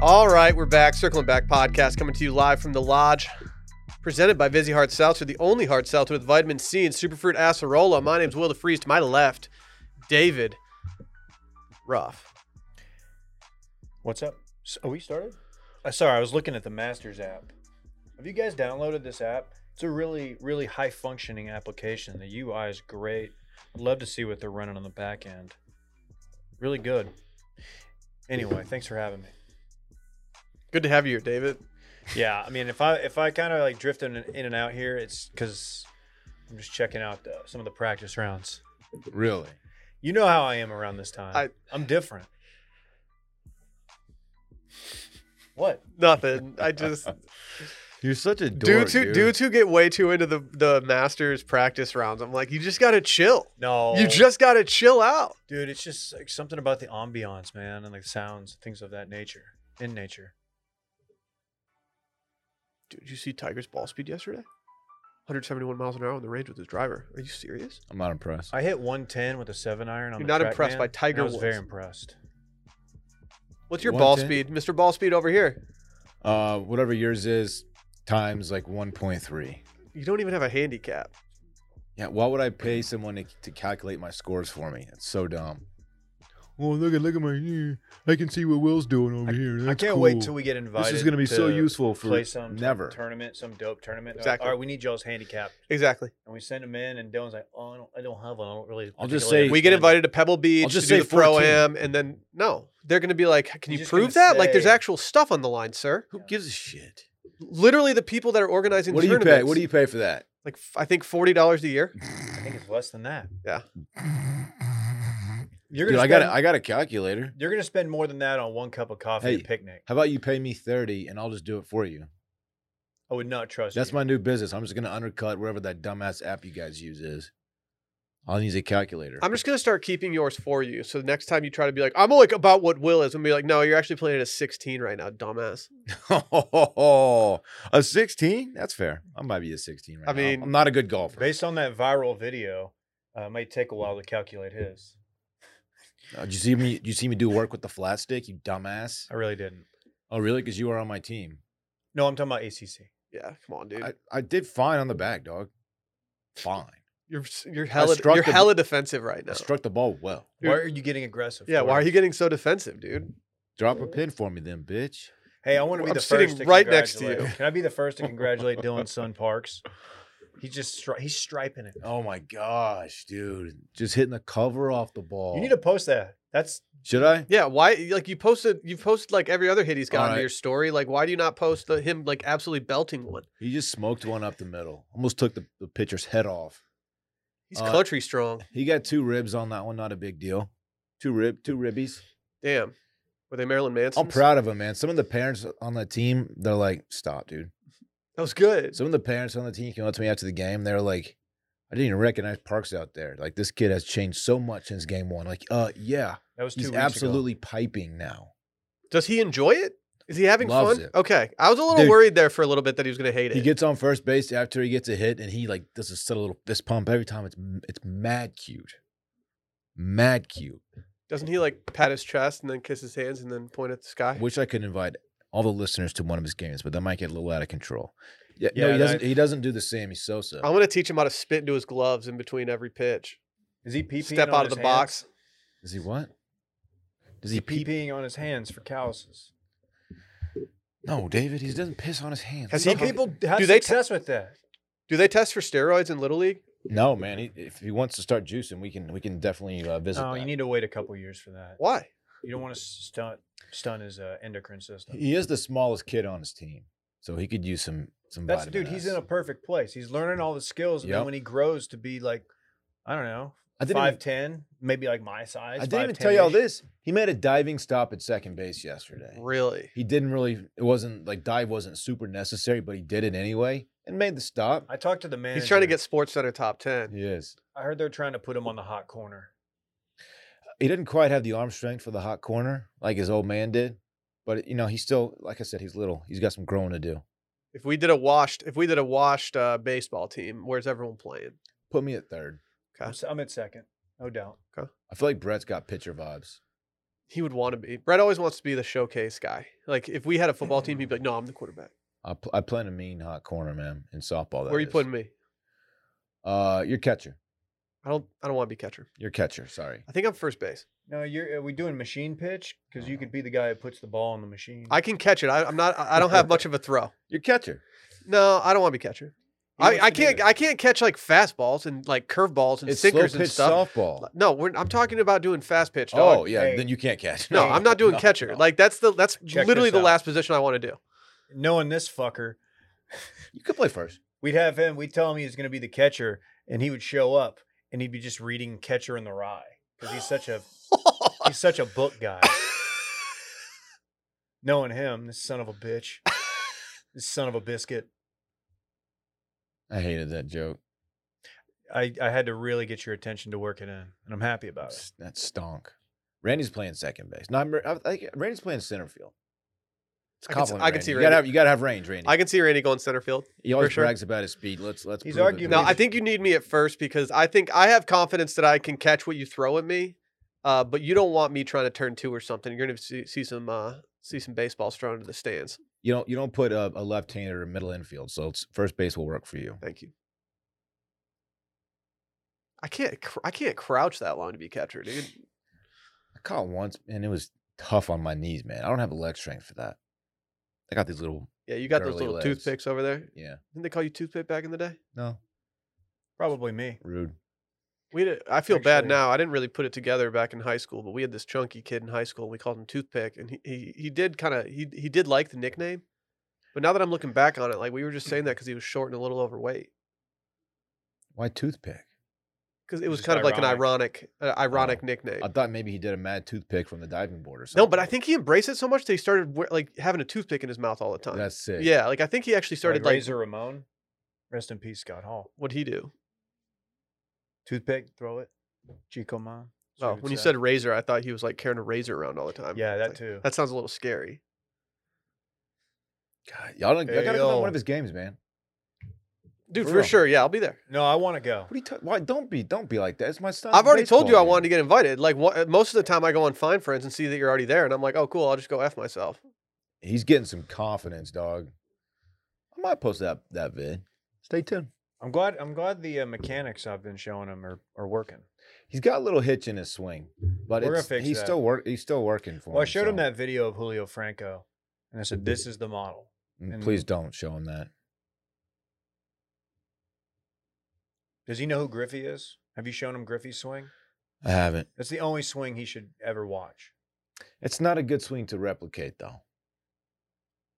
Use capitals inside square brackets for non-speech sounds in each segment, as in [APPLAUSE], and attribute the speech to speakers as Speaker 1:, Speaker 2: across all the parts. Speaker 1: All right, we're back. Circling Back podcast coming to you live from the lodge, presented by Vizzy Hard Seltzer, the only hard seltzer with vitamin C and superfruit acerola. My name's Will DeFreeze. To my left, David Ruff.
Speaker 2: What's up? S- Are we started? Uh, sorry, I was looking at the Masters app. Have you guys downloaded this app? It's a really, really high functioning application. The UI is great. I'd love to see what they're running on the back end. Really good. Anyway, thanks for having me.
Speaker 1: Good to have you here, David.
Speaker 2: Yeah, I mean, if I if I kind of like drifting in in and out here, it's because I'm just checking out the, some of the practice rounds.
Speaker 3: Really?
Speaker 2: You know how I am around this time.
Speaker 1: I- [LAUGHS]
Speaker 2: I'm different. What?
Speaker 1: Nothing. I
Speaker 3: [LAUGHS]
Speaker 1: just
Speaker 3: You're such a dork,
Speaker 1: dudes who
Speaker 3: dude.
Speaker 1: dudes who get way too into the the Masters practice rounds. I'm like, you just gotta chill.
Speaker 2: No.
Speaker 3: Oh.
Speaker 1: You just gotta chill out.
Speaker 2: dude it's just like something about the ambiance man and like sounds things of that nature in nature
Speaker 1: Dude, did you see Tiger's ball speed yesterday? 171 miles an hour on the range with his driver. Are you serious?
Speaker 3: I'm not impressed.
Speaker 2: i hit 110 with a 7 iron on
Speaker 1: You're
Speaker 2: the
Speaker 1: not
Speaker 2: track,
Speaker 1: impressed by
Speaker 2: man,
Speaker 1: Tiger
Speaker 2: and i was very
Speaker 1: Woods.
Speaker 2: impressed
Speaker 1: What's your ball
Speaker 3: 110?
Speaker 1: speed, Mr. Ball Speed over here?
Speaker 3: Uh, whatever yours is, times like 1.3.
Speaker 1: You don't even have a handicap.
Speaker 3: Yeah, why would I pay someone to, to calculate my scores for me? That's so dumb. Well, Oh, look at look at my ear. I can see what Will's doing over here.
Speaker 2: i can't wait till we get invited
Speaker 3: gonna be so
Speaker 2: to
Speaker 3: useful for-
Speaker 2: play some
Speaker 3: never.
Speaker 2: tournament some dope tournament They're
Speaker 1: Exactly.
Speaker 2: like, all right we need y'all's handicap
Speaker 1: Exactly.
Speaker 2: and we send them in and dylan's like oh i don't, I don't have one i don't really
Speaker 3: I'll just
Speaker 2: particularly
Speaker 3: say-
Speaker 1: We get
Speaker 2: understand."
Speaker 1: invited to Pebble Beach
Speaker 3: just
Speaker 1: to do
Speaker 3: say
Speaker 1: the pro am, and then no, they're going to be like, "Can
Speaker 2: You're
Speaker 1: you
Speaker 2: just
Speaker 1: prove
Speaker 2: gonna
Speaker 1: that? like, there's
Speaker 2: say-
Speaker 1: actual stuff on the line, sir."
Speaker 3: Who gives a shit?
Speaker 1: Literally, the people that are organizing
Speaker 3: What do you
Speaker 1: tournaments,
Speaker 3: pay? What do you pay for that?
Speaker 1: like? f- I think forty dollars
Speaker 3: [LAUGHS]
Speaker 1: a year.
Speaker 2: i think it's less than that
Speaker 1: Yeah.
Speaker 2: you're
Speaker 3: Dude,
Speaker 2: gonna
Speaker 3: I
Speaker 2: spend,
Speaker 3: got a, I got a calculator.
Speaker 2: you're gonna spend more than that on one cup of coffee at
Speaker 3: Hey.
Speaker 2: a picnic
Speaker 3: How about you pay me thirty and I'll just do it for you?
Speaker 2: i would not trust
Speaker 3: That's
Speaker 2: you.
Speaker 3: my new business. I'm just gonna undercut whatever that dumbass app you guys use is. I'll use a calculator.
Speaker 1: I'm just going to start keeping yours for you. So the next time you try to be like, "I'm like about what Will is," and be like, "No, you're actually playing at a 16 right now, dumbass."
Speaker 3: [LAUGHS] a 16? That's fair. I might be a 16 right
Speaker 1: I
Speaker 3: now.
Speaker 1: mean-
Speaker 3: I'm not a good golfer.
Speaker 2: Based on that viral video, uh, it might take a while to calculate his.
Speaker 3: Uh, did you see me? Did you see me do work with the flat stick? You dumbass.
Speaker 2: I really didn't.
Speaker 3: Oh, really? Because you were on my team.
Speaker 2: No, I'm talking about ACC.
Speaker 1: Yeah, come on, dude.
Speaker 3: I, I did fine on the back, dog. Fine.
Speaker 1: you're s- you're hella
Speaker 3: struck
Speaker 1: you're
Speaker 3: the-
Speaker 1: hella defensive right now.
Speaker 3: I struck the ball well.
Speaker 1: Dude.
Speaker 2: Why are you getting aggressive?
Speaker 1: yeah, why are
Speaker 2: Corey?
Speaker 1: you getting so defensive, dude?
Speaker 3: Drop a pin for me, then, bitch.
Speaker 2: Hey, I want to be
Speaker 1: I'm
Speaker 2: the
Speaker 1: sitting
Speaker 2: first. To
Speaker 1: right next to
Speaker 2: congratulate-
Speaker 1: you.
Speaker 2: [LAUGHS] Can I be the first to congratulate
Speaker 1: [LAUGHS]
Speaker 2: Dylan Sun Parks? He's just stri- he's striping it.
Speaker 3: Oh my gosh, dude! Just hitting the cover off the ball.
Speaker 1: Oh.
Speaker 2: You need to post that. That's
Speaker 3: Should I?
Speaker 1: Yeah, why? Like you posted, you posted like every other hit he's got
Speaker 3: All
Speaker 1: into
Speaker 3: right.
Speaker 1: your story. Like, why do you not post the, him like absolutely belting one?
Speaker 3: He just smoked one up the middle. Almost took the, the pitcher's head off.
Speaker 1: He's
Speaker 3: Uh,
Speaker 1: country strong.
Speaker 3: He got two ribs on that one. Not a big deal. Two rib, two ribbies.
Speaker 1: Damn, were they Marilyn Manson?
Speaker 3: I'm proud of him, man. Some of the parents on the team, they're like, "Stop, dude."
Speaker 1: That was good.
Speaker 3: Some of the parents on the team came up to me after the game. They were like, I didn't even recognize Parks out there. Like, this kid has changed so much since game one. Like, uh, yeah,
Speaker 2: that was two
Speaker 3: he's
Speaker 2: weeks ago.
Speaker 3: absolutely piping now.
Speaker 1: Does he enjoy it? Is he having
Speaker 3: Loves
Speaker 1: fun?
Speaker 3: it.
Speaker 1: Okay, I was a little
Speaker 3: Dude.
Speaker 1: worried there for a little bit that he was going to hate it.
Speaker 3: He gets on first base after he gets a hit, and he like does a subtle little fist pump every time. It's it's mad cute, mad cute.
Speaker 1: Doesn't he like pat his chest and then kiss his hands and then point at the sky?
Speaker 3: I wish I could invite all the listeners to one of his games, but that might get a little out of control. Yeah,
Speaker 2: Yeah, Oh.
Speaker 3: no, he
Speaker 2: that-
Speaker 3: doesn't. He doesn't do the Sammy Sosa.
Speaker 1: I'm going to teach him how to spit into his gloves in between every pitch.
Speaker 2: Is he peeing?
Speaker 1: Step out of the box.
Speaker 3: Is he what? Does he
Speaker 2: He's
Speaker 3: pee?
Speaker 2: peeing on his hands for calluses.
Speaker 3: No, David. He doesn't piss on his hands.
Speaker 1: Has he
Speaker 2: Some people have
Speaker 1: do they t-
Speaker 2: success with that.
Speaker 1: Do they test for steroids in Little League?
Speaker 3: No, man. He, if he wants to start juicing, we can we can definitely uh, visit.
Speaker 2: No, Oh, you
Speaker 3: that.
Speaker 2: need to wait a couple years for that.
Speaker 1: Why?
Speaker 2: You don't want to stunt stun his uh, endocrine system.
Speaker 3: He is the smallest kid on his team, so he could use some some.
Speaker 2: That's
Speaker 3: vitamin
Speaker 2: dude. He's
Speaker 3: S.
Speaker 2: in a perfect place. He's learning all the skills, and then
Speaker 3: Yep.
Speaker 2: when he grows to be like, I don't know,
Speaker 3: I didn't
Speaker 2: five
Speaker 3: even,
Speaker 2: ten, maybe like my size.
Speaker 3: I didn't even tell you all
Speaker 2: 5'10 -ish.
Speaker 3: this. He made a diving stop at second base yesterday.
Speaker 1: Really?
Speaker 3: He didn't really. It wasn't like dive wasn't super necessary, but he did it anyway and made the stop.
Speaker 2: I talked to the man.
Speaker 1: He's trying to get Sports Center top 10.
Speaker 3: Yes,
Speaker 2: I heard they're trying to put him on the hot corner.
Speaker 3: he didn't quite have the arm strength for the hot corner like his old man did, but you know he's still like I said, he's little. He's got some growing to do.
Speaker 1: If we did a washed, if we did a washed uh, baseball team, where's everyone playing?
Speaker 3: Put me at third.
Speaker 2: I'm, s- I'm at second, no doubt.
Speaker 3: I feel like Brett's got pitcher vibes.
Speaker 1: He would want to be. Brett always wants to be the showcase guy. Like if we had a football team, he'd be like, "No, I'm the quarterback."
Speaker 3: I, pl- I play in a mean hot corner, man, in softball. that
Speaker 1: Where are you
Speaker 3: is.
Speaker 1: putting me?
Speaker 3: Uh, your catcher.
Speaker 1: I don't. I don't want to be catcher.
Speaker 3: Your catcher. Sorry.
Speaker 1: I think I'm first base.
Speaker 2: No, you're. Are we doing machine pitch? Because you could be the guy who puts the ball in the machine.
Speaker 1: I
Speaker 3: Mm.
Speaker 1: can catch it. I, I'm not. I I don't have much
Speaker 3: [LAUGHS]
Speaker 1: of a throw.
Speaker 3: Your catcher.
Speaker 1: No, I don't want to be catcher.
Speaker 2: He
Speaker 1: I,
Speaker 2: wants
Speaker 1: I
Speaker 2: to be
Speaker 1: can't.
Speaker 2: the-
Speaker 1: I can't catch like fastballs and like curveballs and
Speaker 3: It's slow
Speaker 1: sinkers
Speaker 3: pitch
Speaker 1: and stuff.
Speaker 3: softball.
Speaker 1: No, we're, I'm talking about doing fast pitch. Dog.
Speaker 3: Oh yeah,
Speaker 2: Hey.
Speaker 3: then you can't catch.
Speaker 1: No, I'm not doing
Speaker 3: [LAUGHS] No,
Speaker 1: catcher.
Speaker 3: no.
Speaker 1: Like that's the that's
Speaker 2: Check
Speaker 1: literally
Speaker 2: this
Speaker 1: the
Speaker 2: out.
Speaker 1: last position I want to do.
Speaker 2: Knowing this fucker,
Speaker 3: you could play first.
Speaker 2: we'd have him. We'd tell him he was going to be the catcher, and he would show up, and he'd be just reading Catcher in the Rye because he's such
Speaker 3: [LAUGHS]
Speaker 2: a
Speaker 1: [LAUGHS]
Speaker 2: he's such a book guy. Knowing him, this son of a bitch, this son of a biscuit.
Speaker 3: I hated that joke.
Speaker 2: I, I had to really get your attention to work it in, and I'm happy about it.
Speaker 3: S- That stonk. Randy's playing second base. No, I'm, I think Randy's playing center field. It's
Speaker 1: I can s-
Speaker 3: compliment.
Speaker 1: I can see
Speaker 3: Randy. You gotta
Speaker 1: Randy.
Speaker 3: have you gotta have range, Randy.
Speaker 1: I can see Randy going center field.
Speaker 3: he always
Speaker 1: for sure.
Speaker 3: brags about his speed. Let's let's.
Speaker 2: He's
Speaker 3: prove it,
Speaker 2: arguing-
Speaker 1: No,
Speaker 3: Randy.
Speaker 1: I think you need me at first because I think I have confidence that I can catch what you throw at me. Uh, but you don't want me trying to turn two or something. You're gonna see, see some uh, see some baseballs thrown into the stands.
Speaker 3: you don't you don't put a, a left-hander in middle infield, so it's, first base will work for you.
Speaker 1: Thank you. I can't cr- I can't crouch that long to be catcher, dude.
Speaker 3: I caught once and it was tough on my knees, man. I don't have the leg strength for that. I got these little.
Speaker 1: Yeah, you got those
Speaker 3: Girly
Speaker 1: little
Speaker 3: legs.
Speaker 1: toothpicks over there.
Speaker 3: Yeah.
Speaker 1: Didn't they call you toothpick back in the day?
Speaker 3: No.
Speaker 2: Probably me.
Speaker 3: Rude.
Speaker 1: We did, I feel bad
Speaker 2: Actually-
Speaker 1: now. I didn't really put it together back in high school, but we had this chunky kid in high school. and We called him Toothpick, and he he, he did kind of he he did like the nickname. But now that I'm looking back on it, like we were just saying that because he was short and a little overweight,
Speaker 3: Why toothpick?
Speaker 1: because it was
Speaker 2: Just
Speaker 1: kind of like an ironic uh, ironic
Speaker 3: Oh.
Speaker 1: nickname.
Speaker 3: I thought maybe he did a mad toothpick from the diving board or something.
Speaker 1: no, but I think he embraced it so much that he started wear, like having a toothpick in his mouth all the time.
Speaker 3: that's sick.
Speaker 1: uh, yeah, like I think he actually started
Speaker 2: Started
Speaker 1: like,
Speaker 2: Razor Ramon. Rest in peace, Scott Hall.
Speaker 1: what'd he do?
Speaker 2: Toothpick, throw it. Chico man. That's what
Speaker 1: Oh,
Speaker 2: he would
Speaker 1: when you
Speaker 2: say.
Speaker 1: said razor, I thought he was like carrying a razor around all the time.
Speaker 2: yeah,
Speaker 1: It's
Speaker 2: that
Speaker 1: like,
Speaker 2: too.
Speaker 1: That sounds a little scary.
Speaker 3: God, y'all, don't, y'all
Speaker 2: Hey,
Speaker 3: gotta come to
Speaker 2: yo.
Speaker 3: one of his games, man.
Speaker 1: Dude,
Speaker 3: For
Speaker 1: for,
Speaker 3: real.
Speaker 1: sure. Yeah, I'll be there.
Speaker 2: No, I want to go.
Speaker 3: What are you ta- Why don't be don't be like that? It's my son.
Speaker 1: I've already told you I wanted to get invited. Like wha- most of the time, I go on Find Friends and see that you're already there, and I'm like, oh, cool, I'll just go f myself.
Speaker 3: He's getting some confidence, dog. I might post that that vid. Stay tuned.
Speaker 2: I'm glad. I'm glad the uh, mechanics I've been showing him are, are working.
Speaker 3: He's got a little hitch in his swing, but
Speaker 2: We're gonna
Speaker 3: it's,
Speaker 2: fix
Speaker 3: he's
Speaker 2: that.
Speaker 3: still work. He's still working for.
Speaker 2: Well, I showed him
Speaker 3: so-
Speaker 2: that video of Julio Franco, and I said, "This is the model."
Speaker 3: Mm,
Speaker 2: and-
Speaker 3: Please don't show him that.
Speaker 2: Does he know who Griffey is? Have you shown him Griffey's swing?
Speaker 3: I haven't.
Speaker 2: That's the only swing he should ever watch.
Speaker 3: It's not a good swing to replicate, though.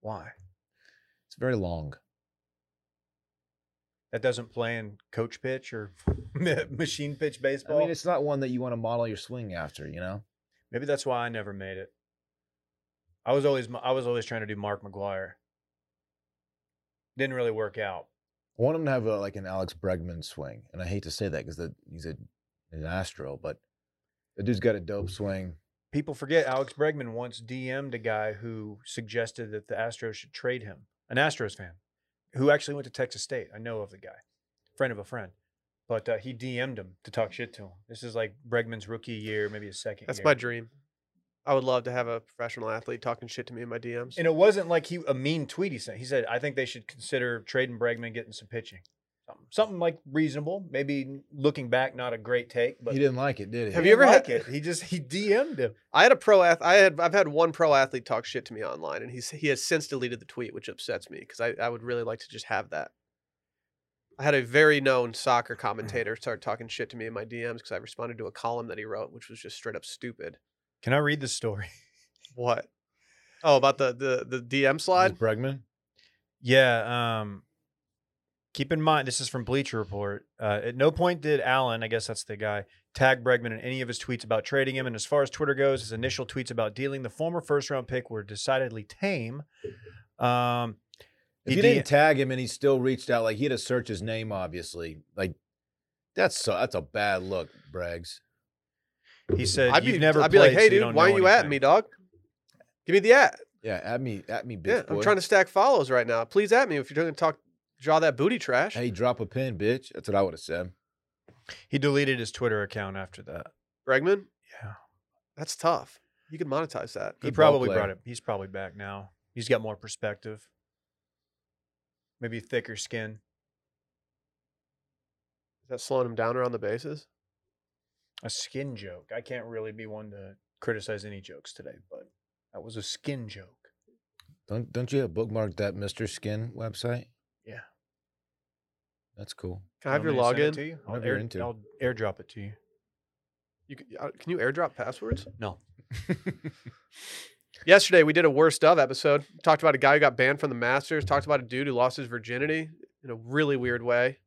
Speaker 2: Why?
Speaker 3: It's very long.
Speaker 2: That doesn't play in coach pitch or [LAUGHS] machine pitch
Speaker 3: I
Speaker 2: baseball.
Speaker 3: mean, it's not one that you want to model your swing after. You know,
Speaker 2: Maybe that's why I never made it. I was always I was always trying to do Mark McGuire. Didn't really work out.
Speaker 3: I want him to have a, like an Alex Bregman swing, and I hate to say that because he's a an Astro, but the dude's got a dope swing.
Speaker 2: People forget Alex Bregman once DM'd a guy who suggested that the Astros should trade him, an Astros fan, who actually went to Texas State. I know of the guy, friend of a friend, but uh, he DM'd him to talk shit to him. This is like Bregman's rookie year, maybe his second.
Speaker 1: That's
Speaker 2: year.
Speaker 1: my dream. I would love to have a professional athlete talking shit to me in my DMs.
Speaker 2: And it wasn't like he a mean tweet he sent. He said, "I think they should consider trading Bregman, and getting some pitching, something, something like reasonable. Maybe looking back, not a great take, but
Speaker 3: he didn't like it, did he?
Speaker 1: Have
Speaker 2: he
Speaker 1: you
Speaker 2: didn't
Speaker 1: ever
Speaker 2: like
Speaker 1: had-
Speaker 2: it? He just he DM'd him.
Speaker 1: I had a pro ath- I had I've had one pro athlete talk shit to me online, and he's he has since deleted the tweet, which upsets me because I, I would really like to just have that. I had a very known soccer commentator start talking shit to me in my DMs because I responded to a column that he wrote, which was just straight up stupid.
Speaker 2: Can I read the story? [LAUGHS]
Speaker 1: What? Oh, about the the the DM
Speaker 3: Was
Speaker 1: slide.
Speaker 3: it Bregman?
Speaker 2: Yeah. Um, keep in mind, this is from Bleacher Report. Uh, at no point did Allen, I guess that's the guy, tag Bregman in any of his tweets about trading him. And as far as Twitter goes, his initial tweets about dealing the former first round pick were decidedly tame. Um,
Speaker 3: If
Speaker 2: He
Speaker 3: you
Speaker 2: did.
Speaker 3: didn't tag him and he still reached out, like he had to search his name, obviously. Like that's so that's a bad look, Braggs.
Speaker 2: he said,
Speaker 1: I'd
Speaker 2: "You've
Speaker 1: be
Speaker 2: never
Speaker 1: I'd be like, hey,
Speaker 2: played, so you
Speaker 1: dude,
Speaker 2: don't
Speaker 1: why
Speaker 2: know
Speaker 1: are you at
Speaker 2: anything."
Speaker 1: me, dog? Give me the at.
Speaker 3: Yeah, at me, at me, bitch
Speaker 1: Yeah,
Speaker 3: boy.
Speaker 1: I'm trying to stack follows right now. Please at me if you're going to talk, draw that booty trash.
Speaker 3: Hey, drop a pin, bitch. That's what I would have said.
Speaker 2: He deleted his Twitter account after that.
Speaker 1: Bregman,
Speaker 2: Yeah.
Speaker 1: that's tough. You can monetize that.
Speaker 2: He
Speaker 3: Good ball
Speaker 2: probably
Speaker 3: player.
Speaker 2: brought it. He's probably back now. He's got more perspective. Maybe thicker skin.
Speaker 1: Is that slowing him down around the bases?
Speaker 2: A skin joke. I can't really be one to criticize any jokes today, but that was a skin joke.
Speaker 3: Don't don't you have bookmarked that Mr. Skin website?
Speaker 2: Yeah.
Speaker 3: That's cool.
Speaker 1: Can I have
Speaker 2: You
Speaker 1: your
Speaker 2: want me to send it
Speaker 1: login?
Speaker 2: to you? I'll,
Speaker 3: Whatever you're
Speaker 2: air,
Speaker 3: into.
Speaker 2: I'll airdrop it to you.
Speaker 1: You can, uh, can you airdrop passwords?
Speaker 2: No.
Speaker 1: Yesterday we did a worst of episode. Talked about a guy who got banned from the Masters. Talked about a dude who lost his virginity in a really weird way.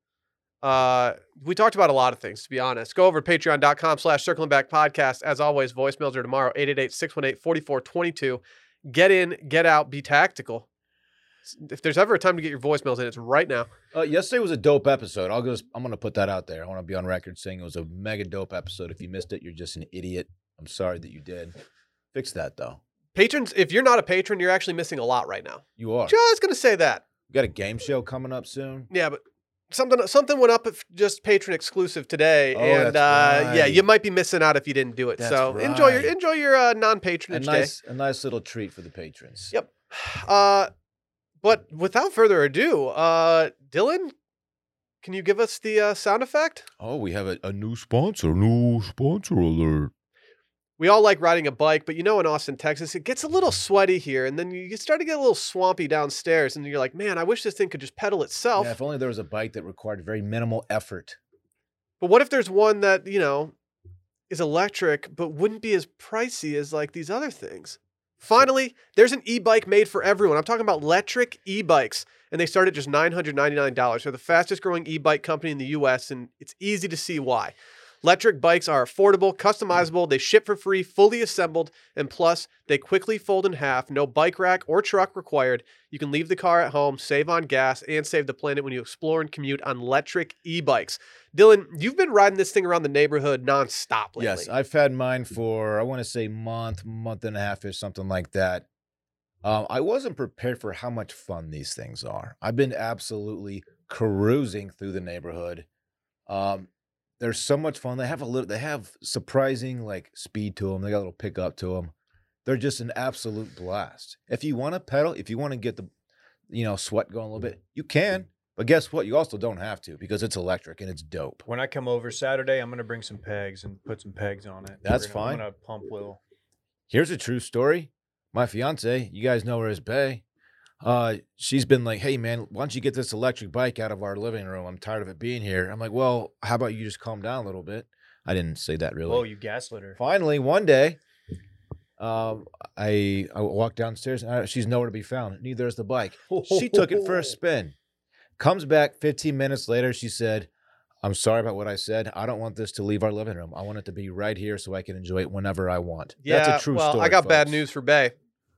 Speaker 1: Uh, we talked about a lot of things, to be honest. Go over to patreon.com slash circling back podcast. As always, voicemails are tomorrow, 888-618-4422. Get in, get out, be tactical. If there's ever a time to get your voicemails in, it's right now.
Speaker 3: Uh, yesterday was a dope episode. I'll go. I'm gonna put that out there. I want to be on record saying it was a mega dope episode. If you missed it, you're just an idiot. I'm sorry that you did. Fix that though.
Speaker 1: Patrons, if you're not a patron, you're actually missing a lot right now.
Speaker 3: You are.
Speaker 1: Just gonna say that.
Speaker 3: We got a game show coming up soon.
Speaker 1: Yeah, but something something went up if- just patron exclusive today,
Speaker 3: Oh,
Speaker 1: and
Speaker 3: that's
Speaker 1: uh, yeah,
Speaker 3: right.
Speaker 1: you might be missing out if you didn't do it.
Speaker 3: That's
Speaker 1: so enjoy your
Speaker 3: right.
Speaker 1: enjoy your uh, non
Speaker 3: A
Speaker 1: patronage
Speaker 3: nice, a nice little treat for the patrons.
Speaker 1: Yep. day. [SIGHS] Uh, but without further ado, uh, Dylan, can you give us the uh, sound effect?
Speaker 3: Oh, we have a, a new sponsor. New sponsor alert.
Speaker 1: We all like riding a bike, but you know, in Austin, Texas, it gets a little sweaty here, and then you you start to get a little swampy downstairs, and you're like, man, I wish this thing could just pedal itself.
Speaker 3: Yeah, if only there was a bike that required very minimal effort.
Speaker 1: But what if there's one that, you know, is electric but wouldn't be as pricey as like these other things? Finally, there's an e-bike made for everyone. I'm talking about electric e-bikes, and they start at just $999. They're the fastest growing e-bike company in the US, and it's easy to see why. Electric bikes are affordable, customizable, they ship for free, fully assembled, and plus, they quickly fold in half, no bike rack or truck required. You can leave the car at home, save on gas, and save the planet when you explore and commute on electric e-bikes. Dylan, you've been riding this thing around the neighborhood nonstop lately.
Speaker 3: Yes, I've had mine for I want to say month, month and a half, or something like that. Um, I wasn't prepared for how much fun these things are. I've been absolutely cruising through the neighborhood. Um, they're so much fun. They have a little. They have surprising like speed to them. They got a little pickup to them. They're just an absolute blast. If you want to pedal, if you want to get the, you know, sweat going a little bit, you can. But guess what? You also don't have to because it's electric and it's dope.
Speaker 2: When I come over Saturday, I'm gonna bring some pegs and put some pegs on it.
Speaker 3: That's
Speaker 2: We're gonna-
Speaker 3: fine.
Speaker 2: I'm gonna pump Will.
Speaker 3: here's a true story. My fiance, you guys know her as Bay. Uh, she's been like, "Hey man, why don't you get this electric bike out of our living room? I'm tired of it being here." I'm like, "Well, how about you just calm down a little bit?" I didn't say that really.
Speaker 2: Whoa, you gaslit her.
Speaker 3: Finally, one day, um, I I walked downstairs and I, she's nowhere to be found. Neither is the bike. She took it
Speaker 1: [LAUGHS]
Speaker 3: for a spin. Comes back 15 minutes later. She said, I'm sorry about what I said. I don't want this to leave our living room. I want it to be right here so I can enjoy it whenever I want.
Speaker 1: yeah,
Speaker 3: That's a true
Speaker 1: well,
Speaker 3: story.
Speaker 1: I got bad
Speaker 3: folks.
Speaker 1: news for Bay.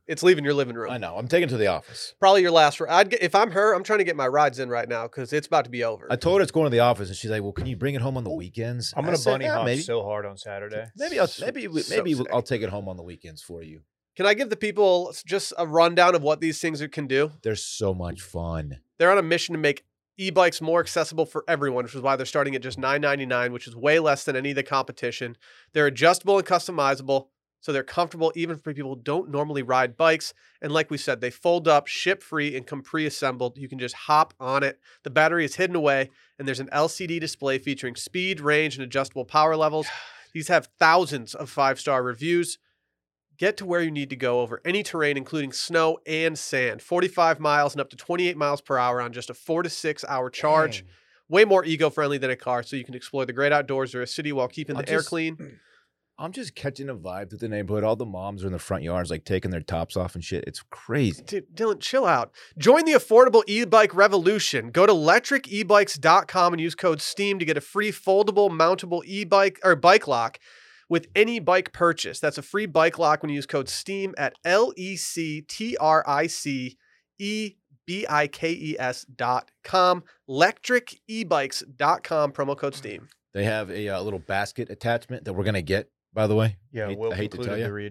Speaker 1: It's leaving your living room.
Speaker 3: I know. I'm taking it to the office.
Speaker 1: Probably your last. ri- I'd get, if I'm her, I'm trying to get my rides in right now because it's about to be over.
Speaker 3: I told her it's going to the office, and she's like, "Well, can you bring it home on the weekends?"
Speaker 2: I'm
Speaker 3: I
Speaker 2: gonna
Speaker 3: said,
Speaker 2: bunny
Speaker 3: "Yeah,
Speaker 2: hop
Speaker 3: maybe.
Speaker 2: so hard on Saturday.
Speaker 3: Maybe I'll
Speaker 1: So-
Speaker 3: maybe we-
Speaker 1: so
Speaker 3: maybe
Speaker 1: sick.
Speaker 3: I'll take it home on the weekends for you.
Speaker 1: Can I give the people s- just a rundown of what these things can do?
Speaker 3: They're so much fun.
Speaker 1: They're on a mission to make e-bikes more accessible for everyone, which is why they're starting at just $9.99, which is way less than any of the competition. They're adjustable and customizable, so they're comfortable even for people who don't normally ride bikes. And like we said, they fold up, ship free, and come pre-assembled. You can just hop on it. The battery is hidden away, and there's an LCD display featuring speed, range, and adjustable power levels.
Speaker 3: [SIGHS]
Speaker 1: These have thousands of five-star reviews. Get to where you need to go over any terrain, including snow and sand. 45 miles and up to 28 miles per hour on just a four to six hour charge.
Speaker 2: Dang.
Speaker 1: Way more eco friendly than a car, so you can explore the great outdoors or a city while keeping
Speaker 3: I'll
Speaker 1: the air
Speaker 3: just-
Speaker 1: clean.
Speaker 3: I'm just catching a vibe through the neighborhood. All the moms are in the front yards, like taking their tops off and shit. It's crazy.
Speaker 1: Dude, Dylan, chill out. Join the affordable e bike revolution. Go to electricebikes.com and use code STEAM to get a free foldable, mountable e bike or bike lock with any bike purchase. That's a free bike lock when you use code STEAM at L E C T R I C E B I K E S dot com. Electricebikes.com, promo code
Speaker 3: Mm.
Speaker 1: STEAM.
Speaker 3: They have a uh, little basket attachment that we're gonna get, by the way.
Speaker 2: Yeah,
Speaker 3: Hate-
Speaker 2: Will
Speaker 3: I hate to
Speaker 2: concluded
Speaker 3: tell
Speaker 2: the
Speaker 3: ya.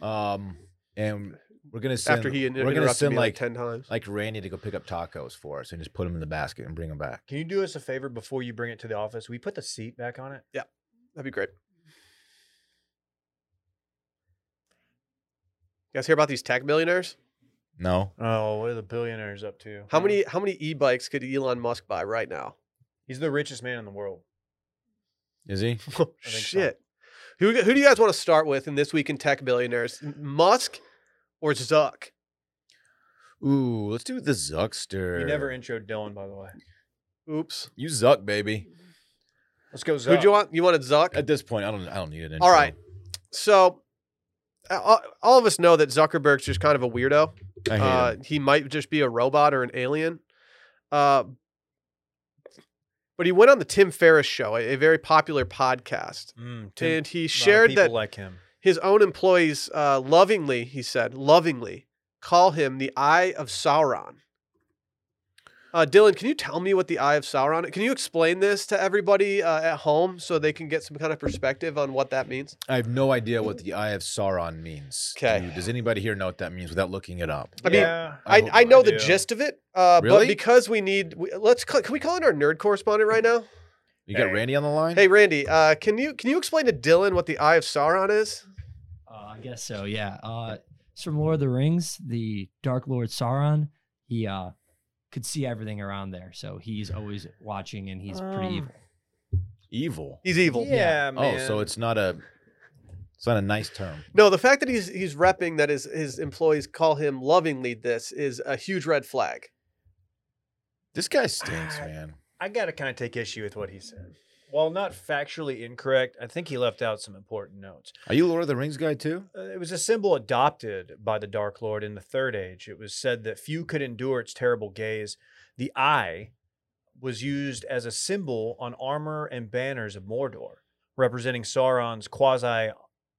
Speaker 2: read.
Speaker 3: Um, and we're gonna send
Speaker 1: After he in-
Speaker 3: we're gonna
Speaker 1: interrupted
Speaker 3: send
Speaker 1: me
Speaker 3: like
Speaker 1: like, 10 times.
Speaker 3: like Randy to go pick up tacos for us and just put them in the basket and bring them back.
Speaker 2: Can you do us a favor before you bring it to the office? We put the seat back on it.
Speaker 1: That'd be great. You guys hear about these tech millionaires?
Speaker 3: No.
Speaker 2: Oh, what are the billionaires up to?
Speaker 1: How many how many e-bikes could Elon Musk buy right now?
Speaker 2: He's the richest man in the world.
Speaker 3: Is he?
Speaker 2: think so.
Speaker 1: Shit. Who who do you guys want to start with in this week in tech billionaires? Musk or Zuck?
Speaker 3: Ooh, let's do the Zuckster.
Speaker 2: You never introed Dylan, by the way.
Speaker 1: Oops.
Speaker 3: You Zuck, baby.
Speaker 2: Let's go. Zuck.
Speaker 1: Who'd you want? You wanted Zuck?
Speaker 3: At this point, I don't. I don't need it.
Speaker 1: All right. So, uh, all- all of us know that Zuckerberg's just kind of a weirdo.
Speaker 3: I hate
Speaker 1: Uh,
Speaker 3: him.
Speaker 1: he might just be a robot or an alien. Uh, but he went on the Tim Ferriss show, a, a very popular podcast,
Speaker 2: Mm, Tim,
Speaker 1: and he
Speaker 2: a lot of
Speaker 1: shared
Speaker 2: people
Speaker 1: that
Speaker 2: like him.
Speaker 1: his own employees uh, lovingly, he said, lovingly call him the Eye of Sauron. Uh, Dylan, can you tell me what the Eye of Sauron? Can you explain this to everybody uh, at home so they can get some kind of perspective on what that means?
Speaker 3: I have no idea what the Eye of Sauron means.
Speaker 1: Okay.
Speaker 3: Do- Does anybody here know what that means without looking it up?
Speaker 1: I mean,
Speaker 2: yeah.
Speaker 1: I,
Speaker 3: hope
Speaker 1: I know the
Speaker 2: do.
Speaker 1: gist of it, uh, but
Speaker 3: Really?
Speaker 1: because we need, we, let's call, can we call in our nerd correspondent right now?
Speaker 3: You got
Speaker 2: Hey.
Speaker 3: Randy on the line.
Speaker 1: Hey, Randy, uh, can you can you explain to Dylan what the Eye of Sauron is?
Speaker 4: Uh, I guess so. Yeah. Uh, it's from Lord of the Rings. The Dark Lord Sauron. He uh, could see everything around there, so he's always watching, and he's pretty
Speaker 2: Um,
Speaker 4: evil.
Speaker 3: Evil.
Speaker 1: He's evil.
Speaker 2: Yeah,
Speaker 3: Oh,
Speaker 2: man.
Speaker 3: so it's not a. It's not a nice term.
Speaker 1: No, the fact that he's he's repping that his his employees call him lovingly this is a huge red flag.
Speaker 3: This guy stinks,
Speaker 2: Ah.
Speaker 3: man.
Speaker 2: I gotta kind of take issue with what he said. While not factually incorrect, I think he left out some important notes.
Speaker 3: Are you Lord of the Rings guy too?
Speaker 2: Uh, it was a symbol adopted by the Dark Lord in the Third Age. It was said that few could endure its terrible gaze. The eye was used as a symbol on armor and banners of Mordor, representing Sauron's quasi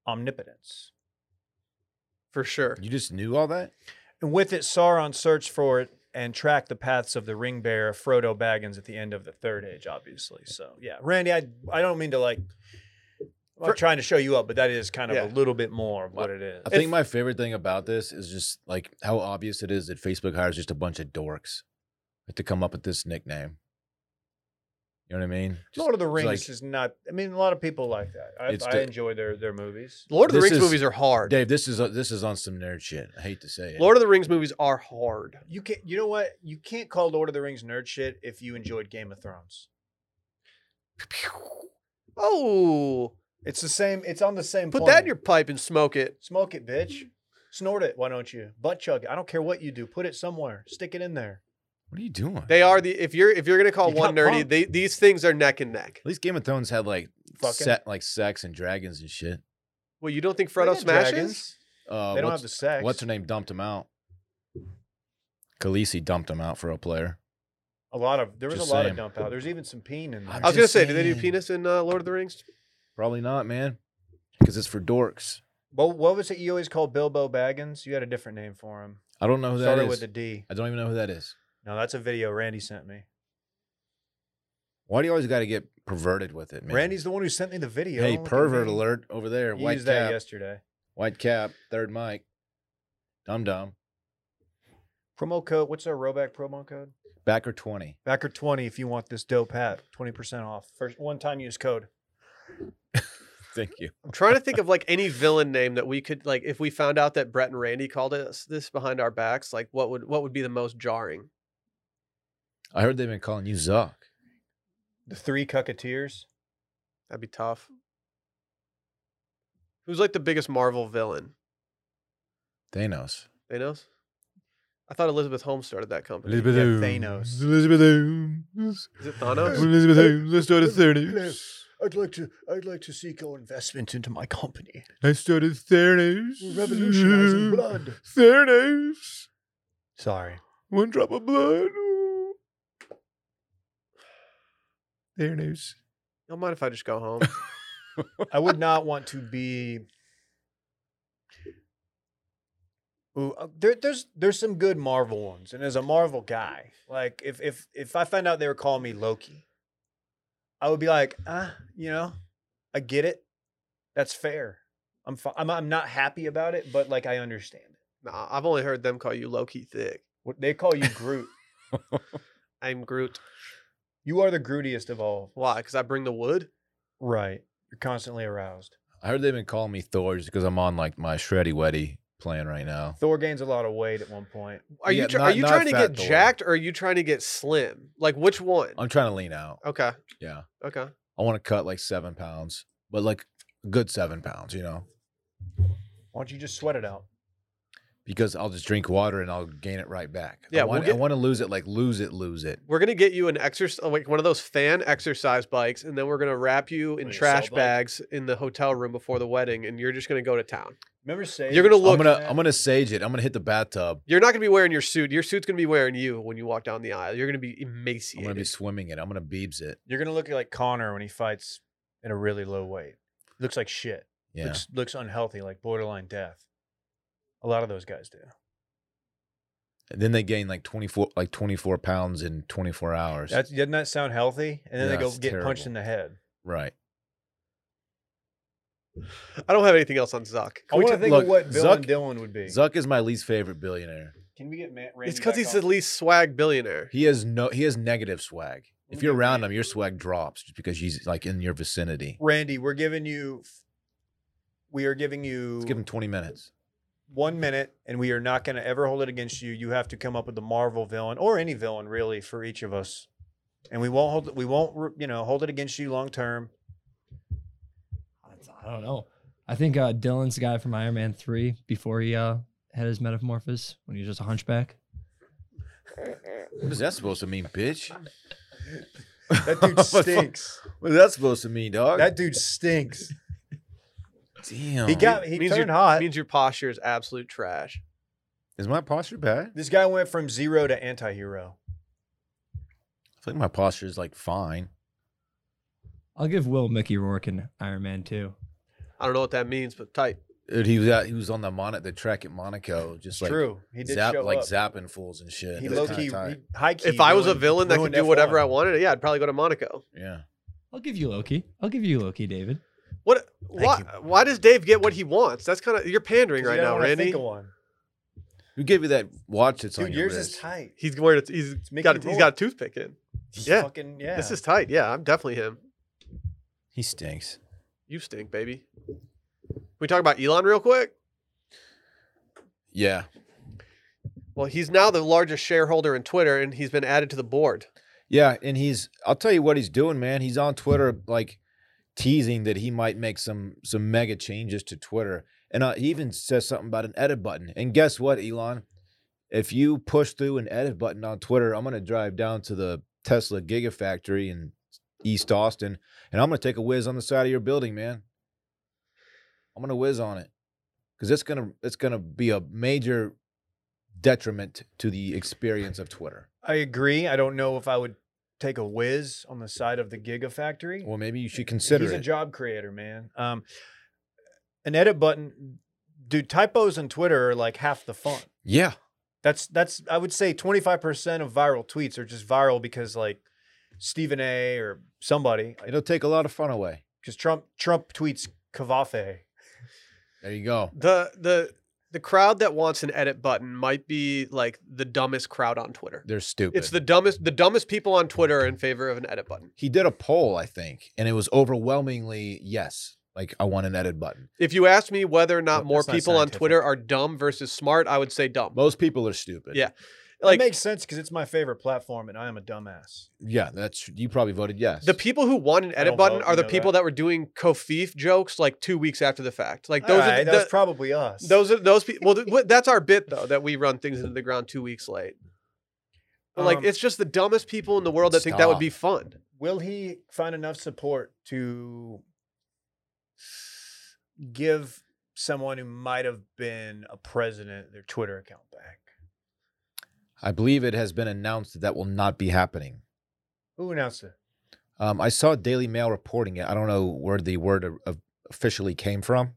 Speaker 2: omnipotence.
Speaker 1: For sure.
Speaker 3: You just knew all that?
Speaker 2: And with it, Sauron searched for it and tracked the paths of the ring bearer Frodo Baggins at the end of the Third Age, obviously. So, yeah, Randy, I, I don't mean to like. I'm
Speaker 1: For-
Speaker 2: trying to show you up, but that is kind of
Speaker 1: Yeah.
Speaker 2: a little bit more of what it is.
Speaker 3: I think my favorite thing about this is just like how obvious it is that Facebook hires just a bunch of dorks like, to come up with this nickname. You know what I mean? Just-
Speaker 2: Lord of the
Speaker 3: it's
Speaker 2: Rings
Speaker 3: like-
Speaker 2: is not. I mean, a lot of people like that. I,
Speaker 3: It's
Speaker 2: I
Speaker 3: the-
Speaker 2: enjoy their their movies.
Speaker 1: Lord of the
Speaker 3: This is-
Speaker 1: Rings movies are hard.
Speaker 3: Dave, this is uh, this is on some nerd shit. I hate to say it.
Speaker 1: Lord of the Rings movies are hard.
Speaker 2: You can not You know what? You can't call Lord of the Rings nerd shit if you enjoyed Game of Thrones.
Speaker 1: Oh,
Speaker 2: It's the same. It's on the same.
Speaker 1: put that
Speaker 2: plane.
Speaker 1: in your pipe and smoke it.
Speaker 2: smoke it, bitch. Snort it. Why don't you butt chug it? I don't care what you do. Put it somewhere. Stick it in there.
Speaker 3: What are you doing?
Speaker 1: They are the if you're if you're gonna call
Speaker 2: You
Speaker 1: one
Speaker 2: got
Speaker 1: nerdy,
Speaker 2: punked.
Speaker 1: they, these things are neck and neck.
Speaker 3: At least Game of Thrones had like
Speaker 2: Fucking-
Speaker 3: set like sex and dragons and shit.
Speaker 1: Well, you don't think
Speaker 2: They
Speaker 1: Frodo
Speaker 2: got
Speaker 1: smashes?
Speaker 2: dragons.
Speaker 3: Uh,
Speaker 2: They don't have
Speaker 3: what's-
Speaker 2: the sex.
Speaker 3: What's her name? Dumped him out. Khaleesi dumped him out for a player.
Speaker 2: A lot of there was
Speaker 3: Just
Speaker 2: a lot
Speaker 3: saying.
Speaker 2: of dump out. There's even some peen in there.
Speaker 3: I'm
Speaker 1: I was
Speaker 3: just
Speaker 1: gonna say, do they do
Speaker 3: saying.
Speaker 1: penis in uh, Lord of the Rings?
Speaker 3: Probably not, man, because it's for dorks.
Speaker 2: What, what was it you always called Bilbo Baggins? You had a different name for him.
Speaker 3: I don't know who Oh, that
Speaker 2: Started
Speaker 3: is.
Speaker 2: with a D.
Speaker 3: I don't even know who that is.
Speaker 2: No, that's a video Randy sent me.
Speaker 3: Why do you always got to get perverted with it, man?
Speaker 2: Randy's the one who sent me the video.
Speaker 3: hey,
Speaker 2: Look at
Speaker 3: pervert
Speaker 2: me.
Speaker 3: alert over there.
Speaker 2: You
Speaker 3: white
Speaker 2: used
Speaker 3: cap,
Speaker 2: that yesterday.
Speaker 3: white cap, third mic, dum dum,
Speaker 2: Promo code. What's our Roback promo code?
Speaker 3: backer twenty. [LAUGHS]
Speaker 2: Backer twenty if you want this dope hat. Twenty percent off. First one time use code.
Speaker 3: Thank you.
Speaker 1: I'm trying to think of like any villain name that we could like if we found out that Brett and Randy called us this behind our backs, like what would what would be the most jarring?
Speaker 3: I heard they've been calling you Zuck.
Speaker 2: The three cucketeers.
Speaker 1: That'd be tough. Who's like the biggest Marvel villain?
Speaker 3: Thanos.
Speaker 1: Thanos? I thought Elizabeth Holmes started that company.
Speaker 3: Elizabeth
Speaker 2: Yeah,
Speaker 3: Holmes.
Speaker 2: Thanos.
Speaker 3: Elizabeth Holmes.
Speaker 1: Is it
Speaker 3: [LAUGHS]
Speaker 1: Thanos?
Speaker 3: Elizabeth Holmes. Let's start a
Speaker 2: Thanos.
Speaker 3: Thanos.
Speaker 2: I'd like to I'd like to seek your investment into my company.
Speaker 3: I started Theranos.
Speaker 2: blood.
Speaker 3: Theranos.
Speaker 2: Sorry.
Speaker 3: One drop of blood. Theranos.
Speaker 1: Don't mind if I just go home.
Speaker 2: I would not want to be Ooh, uh, there, there's there's some good Marvel ones, and as a Marvel guy, like if if if I found out they were calling me Loki, I would be like, ah, you know, I get it, that's fair. I'm fi- I'm I'm not happy about it, but like I understand it.
Speaker 1: Nah, I've only heard them call you Loki thick.
Speaker 2: What- They call you
Speaker 1: [LAUGHS]
Speaker 2: Groot.
Speaker 1: I'm Groot.
Speaker 2: You are the grootiest of all.
Speaker 1: Why? Because I bring the wood?
Speaker 2: Right. You're constantly aroused.
Speaker 3: I heard they've been calling me Thor just because I'm on like my shreddy weddy playing right now.
Speaker 2: Thor gains a lot of weight at one point.
Speaker 1: Are you
Speaker 3: Yeah,
Speaker 1: tr- are
Speaker 3: not-
Speaker 1: you
Speaker 3: not
Speaker 1: trying to
Speaker 3: fat
Speaker 1: get
Speaker 3: Thor.
Speaker 1: jacked or are you trying to get slim? Like which one?
Speaker 3: I'm trying to lean out.
Speaker 1: Okay.
Speaker 3: Yeah.
Speaker 1: Okay.
Speaker 3: I want to cut like seven pounds, but like a good seven pounds, you know,
Speaker 2: Why don't you just sweat it out?
Speaker 3: because I'll just drink water and I'll gain it right back.
Speaker 1: Yeah,
Speaker 3: I
Speaker 1: we'll
Speaker 3: want,
Speaker 1: get-
Speaker 3: I want to lose it, like lose it, lose it.
Speaker 1: We're gonna get you an exercise like one of those fan exercise bikes, and then we're gonna wrap you in
Speaker 2: Like a
Speaker 1: trash
Speaker 2: cell bike?
Speaker 1: bags in the hotel room before the wedding, and you're just gonna go to town.
Speaker 2: Remember Sage?
Speaker 1: You're gonna
Speaker 3: I'm
Speaker 1: look-
Speaker 3: gonna I'm gonna sage it. I'm gonna hit the bathtub.
Speaker 1: You're not gonna be wearing your suit. Your suit's gonna be wearing you when you walk down the aisle. You're gonna be
Speaker 3: I'm
Speaker 1: emaciated.
Speaker 3: gonna be swimming it. I'm gonna beebs it.
Speaker 2: You're gonna look like Connor when he fights at a really low weight. Looks like shit.
Speaker 3: Yeah.
Speaker 2: Looks looks unhealthy, like borderline death. A lot of those guys do.
Speaker 3: And then they gain like 24 like 24 pounds in 24 hours.
Speaker 2: That's, doesn't that sound healthy? And then
Speaker 3: Yeah,
Speaker 2: they go
Speaker 3: it's
Speaker 2: get punched
Speaker 3: terrible.
Speaker 2: in the head.
Speaker 3: right.
Speaker 1: I don't have anything else on Zuck.
Speaker 2: I
Speaker 3: Can we
Speaker 2: want to
Speaker 3: ta-
Speaker 2: think
Speaker 3: look,
Speaker 2: of what Bill and
Speaker 3: Zuck-
Speaker 2: Dylan would be.
Speaker 3: Zuck is my least favorite billionaire.
Speaker 2: Can we get Matt?
Speaker 1: It's because he's the least swag billionaire.
Speaker 3: He has no he has negative swag. If
Speaker 2: Ooh,
Speaker 3: you're around
Speaker 2: man.
Speaker 3: him, your swag drops just because he's like in your vicinity.
Speaker 2: Randy, we're giving you. We are giving you
Speaker 3: Let's give him 20 minutes.
Speaker 2: one minute, and we are not going to ever hold it against you. You have to come up with a Marvel villain or any villain really for each of us, and we won't hold. We won't you know hold it against you long term.
Speaker 4: It's- I don't know. I think uh, Dylan's the guy from Iron Man 3 before he uh, had his metamorphosis when he was just a hunchback.
Speaker 3: What is that supposed to mean, bitch?
Speaker 2: [LAUGHS]
Speaker 3: [LAUGHS]
Speaker 2: That dude stinks.
Speaker 3: What is that supposed to mean, dog?
Speaker 2: that dude stinks.
Speaker 3: Damn.
Speaker 2: He got he
Speaker 1: means you're-
Speaker 2: turned hot.
Speaker 1: means your posture is absolute trash.
Speaker 3: Is my posture bad?
Speaker 2: This guy went from zero to anti-hero.
Speaker 3: I think my posture is like fine.
Speaker 4: I'll give Will Mickey Rourke in Iron Man 2.
Speaker 1: I don't know what that means, but tight.
Speaker 3: Dude, he was out, he was on the mon- the track at Monaco, just
Speaker 2: It's
Speaker 3: like
Speaker 2: true. He did
Speaker 3: zap,
Speaker 2: show
Speaker 3: like
Speaker 2: up.
Speaker 3: zapping fools and shit.
Speaker 2: he
Speaker 3: That's
Speaker 2: low
Speaker 3: kinda
Speaker 2: key,
Speaker 3: tight.
Speaker 2: he- high key.
Speaker 1: if I was a
Speaker 2: ruined-
Speaker 1: villain that could
Speaker 2: ruined
Speaker 1: do whatever
Speaker 2: F1.
Speaker 1: I wanted, yeah, I'd probably go to Monaco.
Speaker 3: yeah.
Speaker 4: I'll give you Loki. I'll give you Loki, David.
Speaker 1: What? Why?
Speaker 2: you.
Speaker 1: Why does Dave get what he wants? That's kind of you're pandering
Speaker 2: 'Cause
Speaker 1: right
Speaker 2: I don't
Speaker 1: now,
Speaker 2: wanna
Speaker 1: Randy.
Speaker 2: Think of one.
Speaker 3: Who gave you that watch that's on
Speaker 2: Dude,
Speaker 3: your
Speaker 2: yours
Speaker 3: wrist?
Speaker 2: is tight.
Speaker 1: He's wearing. A, he's
Speaker 2: Mickey
Speaker 1: got. A, he's
Speaker 2: Rourke.
Speaker 1: got a toothpick in.
Speaker 2: He's
Speaker 1: Yeah.
Speaker 2: Fucking, yeah.
Speaker 1: This is tight. Yeah, I'm definitely him.
Speaker 3: He stinks.
Speaker 1: You stink, baby. Can we talk about Elon real quick.
Speaker 3: Yeah.
Speaker 1: Well, he's now the largest shareholder in Twitter, and he's been added to the board.
Speaker 3: Yeah, and he's I'll tell you what he's doing, man. He's on Twitter like teasing that he might make some some mega changes to Twitter. And uh, he even says something about an edit button. And guess what, Elon? If you push through an edit button on Twitter, I'm going to drive down to the Tesla Gigafactory in East Austin and I'm going to take a whiz on the side of your building, man. I'm going to whiz on it cuz it's going to it's going to be a major detriment to the experience of Twitter.
Speaker 2: I agree. I don't know if I would take a whiz on the side of the Gigafactory.
Speaker 3: Well, maybe you should consider
Speaker 2: He's
Speaker 3: it.
Speaker 2: a job creator, man. Um, an edit button, dude. Typos on Twitter are like half the fun.
Speaker 3: Yeah.
Speaker 2: That's that's I would say twenty five percent of viral tweets are just viral because like Stephen A. or somebody
Speaker 3: It'll take a lot of fun away.
Speaker 2: because Trump Trump tweets Kavafe.
Speaker 3: There you go.
Speaker 1: The the the crowd that wants an edit button might be like the dumbest crowd on Twitter.
Speaker 3: They're stupid.
Speaker 1: It's the dumbest. The dumbest people on Twitter are in favor of an edit button.
Speaker 3: he did a poll, I think, and it was overwhelmingly yes. Like I want an edit button.
Speaker 1: If you asked me whether or not
Speaker 2: Well,
Speaker 1: more
Speaker 2: that's not
Speaker 1: people on
Speaker 2: scientific.
Speaker 1: Twitter are dumb versus smart, I would say dumb.
Speaker 3: Most people are stupid.
Speaker 1: Yeah.
Speaker 2: Like,
Speaker 1: Like
Speaker 2: it makes sense because it's my favorite platform, and I am a dumbass.
Speaker 3: Yeah, that's you probably voted yes.
Speaker 1: The people who want an edit
Speaker 2: don't
Speaker 1: button
Speaker 2: vote,
Speaker 1: are
Speaker 2: you
Speaker 1: the
Speaker 2: know
Speaker 1: people that. were doing Kofif jokes like two weeks after the fact. Like
Speaker 2: All
Speaker 1: those
Speaker 2: right,
Speaker 1: are the,
Speaker 2: that was probably us.
Speaker 1: those are those people. Well, th- wh- that's our bit though that we run things
Speaker 2: [LAUGHS]
Speaker 1: into the ground two weeks late. But, like
Speaker 2: Um,
Speaker 1: it's just the dumbest people in the world that think that would
Speaker 3: Stop.
Speaker 1: be fun.
Speaker 2: will he find enough support to give someone who might have been a president their Twitter account back?
Speaker 3: I believe it has been announced that that will not be happening.
Speaker 2: Who announced it?
Speaker 3: Um, I saw Daily Mail reporting it. I don't know where the word o- of- officially came from,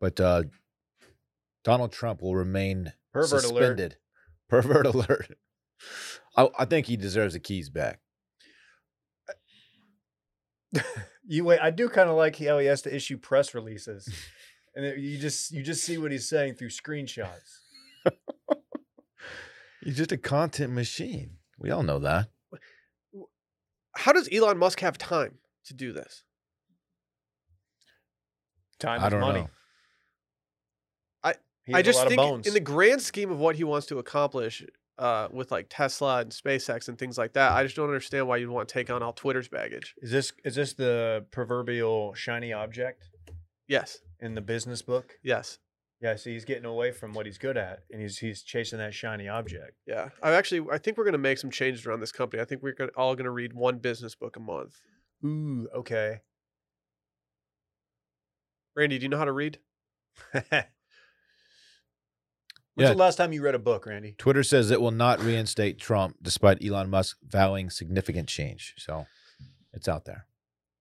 Speaker 3: but uh, Donald Trump will remain
Speaker 2: Pervert alert.
Speaker 3: suspended. [LAUGHS] Pervert alert. I, I think he deserves the keys back.
Speaker 2: You wait. I do kind of like how he has to issue press releases, and it- you just you just see what he's saying through screenshots.
Speaker 3: He's just a content machine. We all know that.
Speaker 1: How does Elon Musk have time to do this?
Speaker 2: Time
Speaker 3: I
Speaker 2: is
Speaker 3: don't
Speaker 2: money.
Speaker 3: know.
Speaker 1: I
Speaker 2: He
Speaker 1: I
Speaker 2: has a
Speaker 1: just
Speaker 2: lot of
Speaker 1: think
Speaker 2: bones.
Speaker 1: in the grand scheme of what he wants to accomplish uh, with like Tesla and SpaceX and things like that, I just don't understand why you'd want to take on all Twitter's baggage.
Speaker 2: is this is this the proverbial shiny object
Speaker 1: Yes,
Speaker 2: in the business book?
Speaker 1: yes,
Speaker 2: Yeah, so he's getting away from what he's good at, and he's he's chasing that shiny object.
Speaker 1: yeah. I actually I think we're gonna make some changes around this company. I think we're gonna, all gonna read one business book a month.
Speaker 2: Ooh, okay. [LAUGHS]
Speaker 1: Randy, do you know how to read?
Speaker 2: When's
Speaker 3: Yeah.
Speaker 2: the last time you read a book, Randy?
Speaker 3: Twitter says it will not reinstate Trump despite Elon Musk vowing significant change. So it's out there.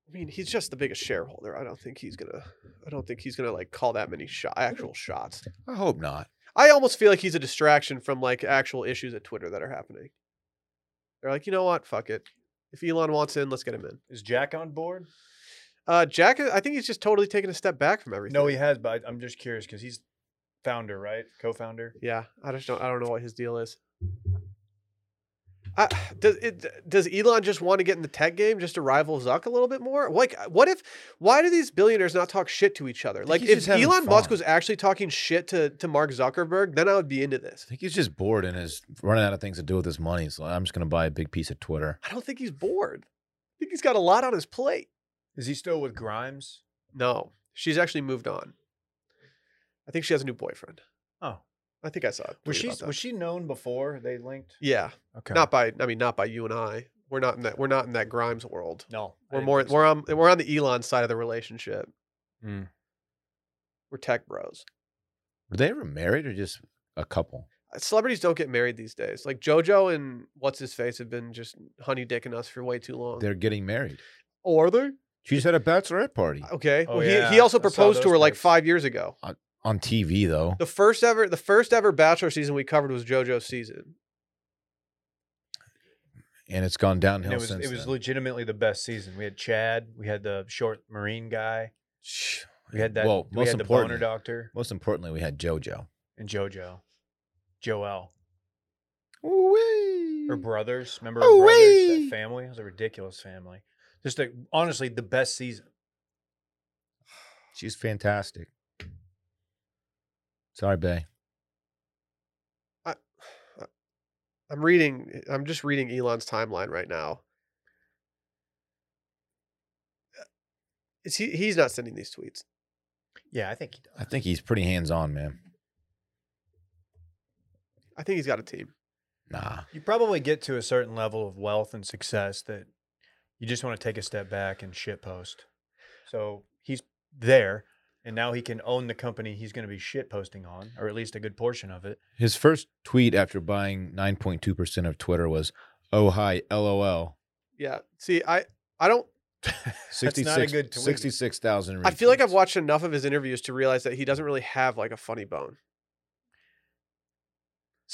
Speaker 1: I mean, he's just the biggest shareholder. I don't think he's gonna. I don't think he's gonna like call that many shot actual shots.
Speaker 3: I hope not.
Speaker 1: I almost feel like he's a distraction from like actual issues at Twitter that are happening. They're like, you know what? Fuck it. If Elon wants in, let's get him in.
Speaker 2: Is Jack on board?
Speaker 1: Uh, Jack, I think he's just totally taken a step back from everything.
Speaker 2: No, he has, but I, I'm just curious because he's founder, right? Co-founder.
Speaker 1: yeah, I just don't. I don't know what his deal is. I, [SIGHS] does it, does Elon just want to get in the tech game just to rival Zuck a little bit more? Like, uh, what if? Why do these billionaires not talk shit to each other?
Speaker 3: think
Speaker 1: Like,
Speaker 3: he's
Speaker 1: if
Speaker 3: just having
Speaker 1: Elon Musk
Speaker 3: fun.
Speaker 1: was actually talking shit to to Mark Zuckerberg, then I would be into
Speaker 3: I
Speaker 1: this.
Speaker 3: think he's just bored and is running out of things to do with his money. So I'm just going to buy a big piece of Twitter.
Speaker 1: I don't think he's bored. I think he's got a lot on his plate.
Speaker 2: Is he still with Grimes?
Speaker 1: No, she's actually moved on. I think she has a new boyfriend.
Speaker 2: Oh,
Speaker 1: I think I saw it.
Speaker 2: was she was she known before they linked?
Speaker 1: Yeah,
Speaker 2: Okay.
Speaker 1: not by I mean not by you and I. We're not in that we're not in that Grimes world.
Speaker 2: No. I
Speaker 1: We're
Speaker 2: didn't
Speaker 1: more
Speaker 2: think so.
Speaker 1: we're on we're on the Elon side of the relationship.
Speaker 2: Mm.
Speaker 1: We're tech bros.
Speaker 3: Were they ever married or just a couple?
Speaker 1: Uh, Celebrities don't get married these days. Like JoJo and what's his face have been just honey dicking us for way too long.
Speaker 3: They're getting married.
Speaker 1: oh, are they?
Speaker 3: She just had a bachelorette party
Speaker 1: Okay.
Speaker 2: Oh,
Speaker 1: well, he, he
Speaker 2: yeah.
Speaker 1: also
Speaker 2: I saw
Speaker 1: proposed to
Speaker 2: those
Speaker 1: her like
Speaker 2: pics.
Speaker 1: five years ago.
Speaker 3: on TV, though.
Speaker 1: The first ever the first ever Bachelor season we covered was JoJo's season.
Speaker 3: And it's gone
Speaker 2: And
Speaker 3: downhill
Speaker 2: it was
Speaker 3: since
Speaker 2: it was
Speaker 3: then.
Speaker 2: legitimately the best season. We had Chad. We had the short Marine guy.
Speaker 3: Shh.
Speaker 2: We had that.
Speaker 3: Well,
Speaker 2: we
Speaker 3: most
Speaker 2: had the boner
Speaker 3: importantly-
Speaker 2: doctor
Speaker 3: Most importantly, we had JoJo.
Speaker 2: and JoJo, Joel. Her
Speaker 3: Ooh-wee.
Speaker 2: brothers. Remember her
Speaker 3: Oh,
Speaker 2: brothers?
Speaker 3: wee.
Speaker 2: That family? It was a ridiculous family. Just a, honestly, the best season.
Speaker 3: She's fantastic. Sorry, Bay.
Speaker 1: I'm reading eh, I'm just reading Elon's timeline right now. Uh, Is he he's not sending these tweets.
Speaker 2: Yeah, I think he does.
Speaker 3: I think he's pretty hands on, man.
Speaker 1: I think he's got a team.
Speaker 3: Nah.
Speaker 2: You probably get to a certain level of wealth and success that you just want to take a step back and shit post. So he's there, and now he can own the company he's going to be shit posting on, or at least a good portion of it. [LAUGHS]
Speaker 3: His first tweet after buying 9.2% of Twitter was, oh, hi, LOL.
Speaker 1: Yeah. See, I I don't
Speaker 3: 66,
Speaker 2: not a good tweet.
Speaker 3: 66,000.
Speaker 1: I feel like I've
Speaker 3: retweets.
Speaker 1: watched enough of his interviews to realize that he doesn't really have like a funny bone.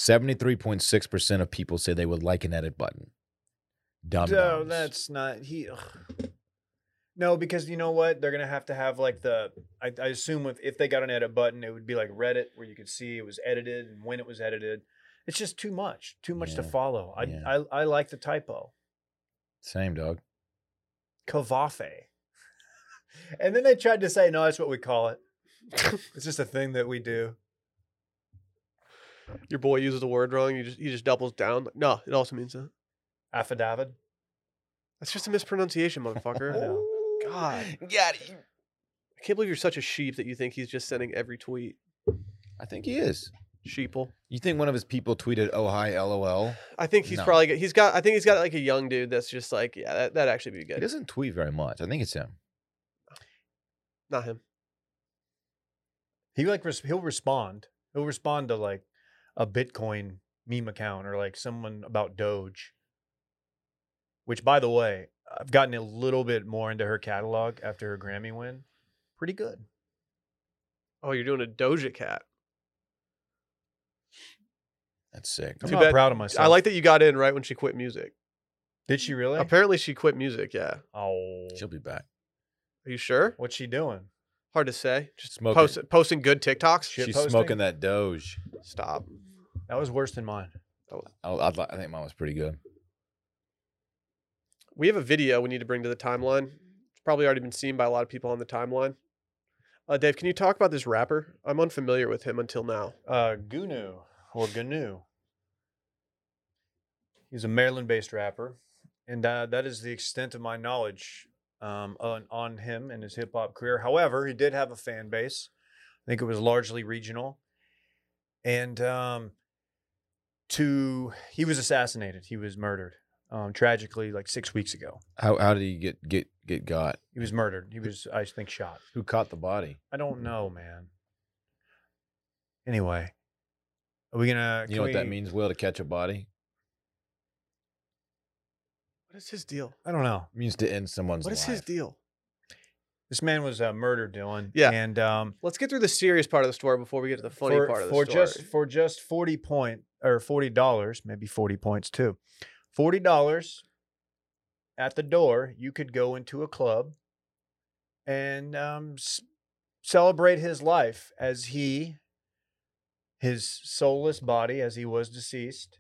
Speaker 3: 73.6% of people say they would like an edit button. Dumb.
Speaker 2: No, that's not he. ugh. No, because you know what? They're gonna have to have like the. I, I assume if, if they got an edit button, it would be like Reddit, where you could see it was edited and when it was edited. It's just too much, too much to
Speaker 3: Yeah,
Speaker 2: follow. I,
Speaker 3: yeah.
Speaker 2: I I like the typo,
Speaker 3: Same, dog.
Speaker 2: kavafe, [LAUGHS] and then they tried to say no, that's what we
Speaker 1: [LAUGHS]
Speaker 2: call it. it's just a thing that we do.
Speaker 1: Your boy uses a word wrong. You just he just doubles down. Like, no, it also means that.
Speaker 2: Affidavit.
Speaker 1: That's just a
Speaker 3: [LAUGHS]
Speaker 1: mispronunciation,
Speaker 2: I
Speaker 1: motherfucker.
Speaker 2: know.
Speaker 3: Oh.
Speaker 1: God,
Speaker 3: Got it.
Speaker 1: I can't believe you're such a sheep that you think he's just sending every tweet.
Speaker 3: I think he is.
Speaker 1: Sheeple.
Speaker 3: You think one of his people tweeted, oh, hi, LOL?
Speaker 1: I think he's
Speaker 3: No.
Speaker 1: probably got, he's got. I think he's got like a young dude that's just like yeah, that that actually be
Speaker 3: He
Speaker 1: good.
Speaker 3: doesn't tweet very much. I think it's him.
Speaker 1: Not him.
Speaker 2: He like res- he'll respond. He'll respond to like a Bitcoin meme account or like someone about Doge. Which, by the way, I've gotten a little bit more into her catalog after her Grammy win. Pretty good.
Speaker 1: Oh, you're doing a Doja Cat.
Speaker 3: That's sick.
Speaker 2: I'm
Speaker 1: Too
Speaker 2: not
Speaker 1: bad-
Speaker 2: proud of myself.
Speaker 1: I like that you got in right when she quit music.
Speaker 2: Did she really?
Speaker 1: Apparently, she quit music. Yeah. Are
Speaker 2: oh,
Speaker 3: She'll be back.
Speaker 1: you sure?
Speaker 2: what's she doing?
Speaker 1: Hard to say. Just
Speaker 3: Smoking.
Speaker 1: post, posting good TikToks.
Speaker 2: Shit
Speaker 3: She's
Speaker 2: posting?
Speaker 3: smoking that Doge.
Speaker 1: Stop.
Speaker 2: That was worse than mine.
Speaker 3: I, I'd li- I think mine was pretty good.
Speaker 1: We have a video we need to bring to the timeline. It's probably already been seen by a lot of people on the timeline Uh, Dave, can you talk about this rapper? I'm unfamiliar with him until now.
Speaker 2: Uh, Gunu or Gnu. He's a Maryland-based rapper, and uh, that is the extent of my knowledge um, on, on him and his hip hop career. However, he did have a fan base. I think it was largely regional, and um, to he was assassinated. He was murdered um, tragically, like six weeks ago.
Speaker 3: How how did he get get get got?
Speaker 2: He was murdered. He was, I think, shot.
Speaker 3: Who caught the body?
Speaker 2: I don't know, man. Anyway, are we gonna?
Speaker 3: You
Speaker 2: can
Speaker 3: know what that
Speaker 2: we-
Speaker 3: means, Will, to catch a body?
Speaker 1: What is his deal?
Speaker 2: I don't know.
Speaker 3: It means to end someone's
Speaker 1: What is his
Speaker 3: life.
Speaker 1: deal?
Speaker 2: This man was uh, murdered, Dylan.
Speaker 1: Yeah.
Speaker 2: and um,
Speaker 1: Let's get through the serious part of the story before we get to the funny
Speaker 2: for,
Speaker 1: part of the
Speaker 2: for
Speaker 1: story.
Speaker 2: just for just forty point or forty dollars, maybe forty points too. Forty dollars at the door, you could go into a club and um, s- celebrate his life as he, his soulless body, as he was deceased,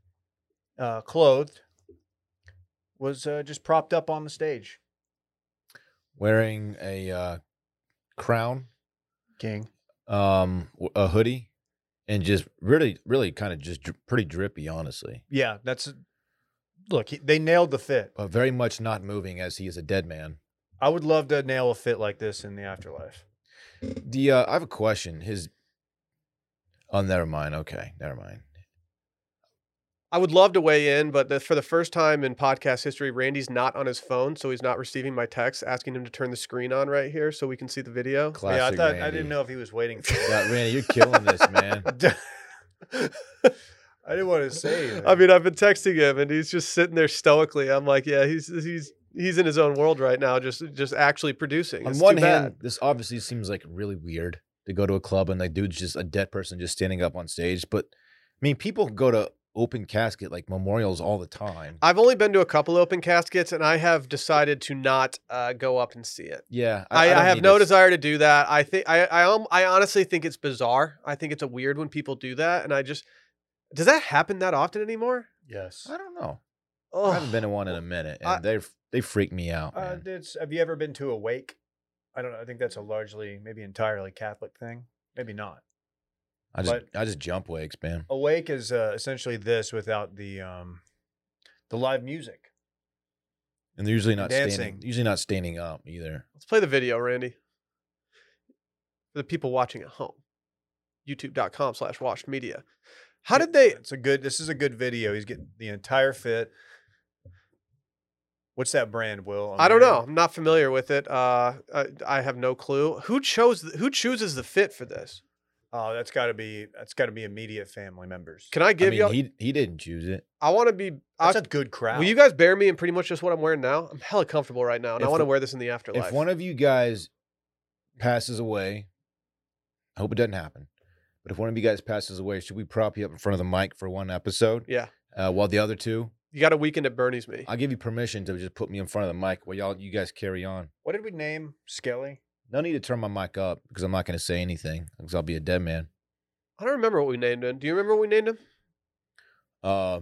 Speaker 2: uh, clothed, was uh, just propped up on the stage.
Speaker 3: Wearing a uh, crown,
Speaker 2: King,
Speaker 3: um, w- a hoodie, and just really, really kind of just dri- pretty drippy, honestly.
Speaker 2: yeah, that's look. He, they nailed the fit.
Speaker 3: But very much not moving as he is a dead man.
Speaker 2: I would love to nail a fit like this in the afterlife.
Speaker 3: The uh, I have a question. His oh, never mind. Okay, never mind.
Speaker 1: I would love to weigh in, but the, for the first time in podcast history, Randy's not on his phone, so he's not receiving my text asking him to turn the screen on right here so we can see the video.
Speaker 3: Classic.
Speaker 2: yeah, I thought I
Speaker 3: Randy.
Speaker 2: didn't know if he was waiting for
Speaker 3: Yeah, Randy, you're killing this, man.
Speaker 2: it. [LAUGHS]
Speaker 1: [LAUGHS]
Speaker 2: I didn't want to say.
Speaker 1: I
Speaker 2: anything.
Speaker 1: mean, I've been texting him, and he's just sitting there stoically. I'm like, yeah, he's he's he's in his own world right now, just just actually producing.
Speaker 3: On
Speaker 1: It's
Speaker 3: one
Speaker 1: too
Speaker 3: hand,
Speaker 1: bad.
Speaker 3: this obviously seems like really weird to go to a club and like dude's just a dead person just standing up on stage. But I mean, people go to open casket like memorials all the time.
Speaker 1: I've only been to a couple open caskets, and I have decided to not uh, go up and see it.
Speaker 3: yeah,
Speaker 1: I, I,
Speaker 3: don't
Speaker 1: have
Speaker 3: need
Speaker 1: no
Speaker 3: to s-
Speaker 1: desire to do that. I think I I, um, I honestly think it's bizarre. I think it's a weird when people do that, and I just does that happen that often anymore?
Speaker 2: yes.
Speaker 3: I don't know.
Speaker 1: Oh,
Speaker 3: I haven't been to one in a minute,
Speaker 1: I-
Speaker 3: and they they they freak me out.
Speaker 2: Uh,
Speaker 3: man.
Speaker 2: it's, have you ever been to a wake? I don't know. I think that's a largely, maybe entirely Catholic thing. Maybe not.
Speaker 3: I just
Speaker 2: but-
Speaker 3: I just jump wakes, man.
Speaker 2: A wake is uh, essentially this without the um, the live music.
Speaker 3: And they're usually not
Speaker 2: dancing.
Speaker 3: standing. Usually not standing up either.
Speaker 1: Let's play the video, Randy. For the people watching at home, youtube.com slash washed media. How did they
Speaker 2: It's a good. This is a good video. He's getting the entire fit. What's that brand, Will?
Speaker 1: I don't
Speaker 2: Amiri?
Speaker 1: know. I'm not familiar with it. Uh, I, I have no clue. Who chose th- who chooses the fit for this?
Speaker 2: Oh, that's got to be that's got to be immediate family members.
Speaker 1: Can I
Speaker 3: I
Speaker 1: give
Speaker 3: mean,
Speaker 1: y'all?
Speaker 3: he he didn't choose it.
Speaker 1: I want to be. I,
Speaker 2: That's a good crowd.
Speaker 1: will you guys bear me in pretty much just what I'm wearing now? I'm hella comfortable right now, and I
Speaker 3: If
Speaker 1: want to
Speaker 3: w-
Speaker 1: wear this in the afterlife.
Speaker 3: If one of you guys passes away, I hope it doesn't happen. But if one of you guys passes away, should we prop you up in front of the mic for one episode?
Speaker 1: Yeah.
Speaker 3: Uh, while the other two,
Speaker 1: you got a weekend at Bernie's me.
Speaker 3: I'll give you permission to just put me in front of the mic while y'all you guys carry on.
Speaker 2: What did we name Skelly?
Speaker 3: No need to turn my mic up because I'm not going to say anything because I'll be a dead man.
Speaker 1: I don't remember what we named him. Do you remember what we named him?
Speaker 3: Uh,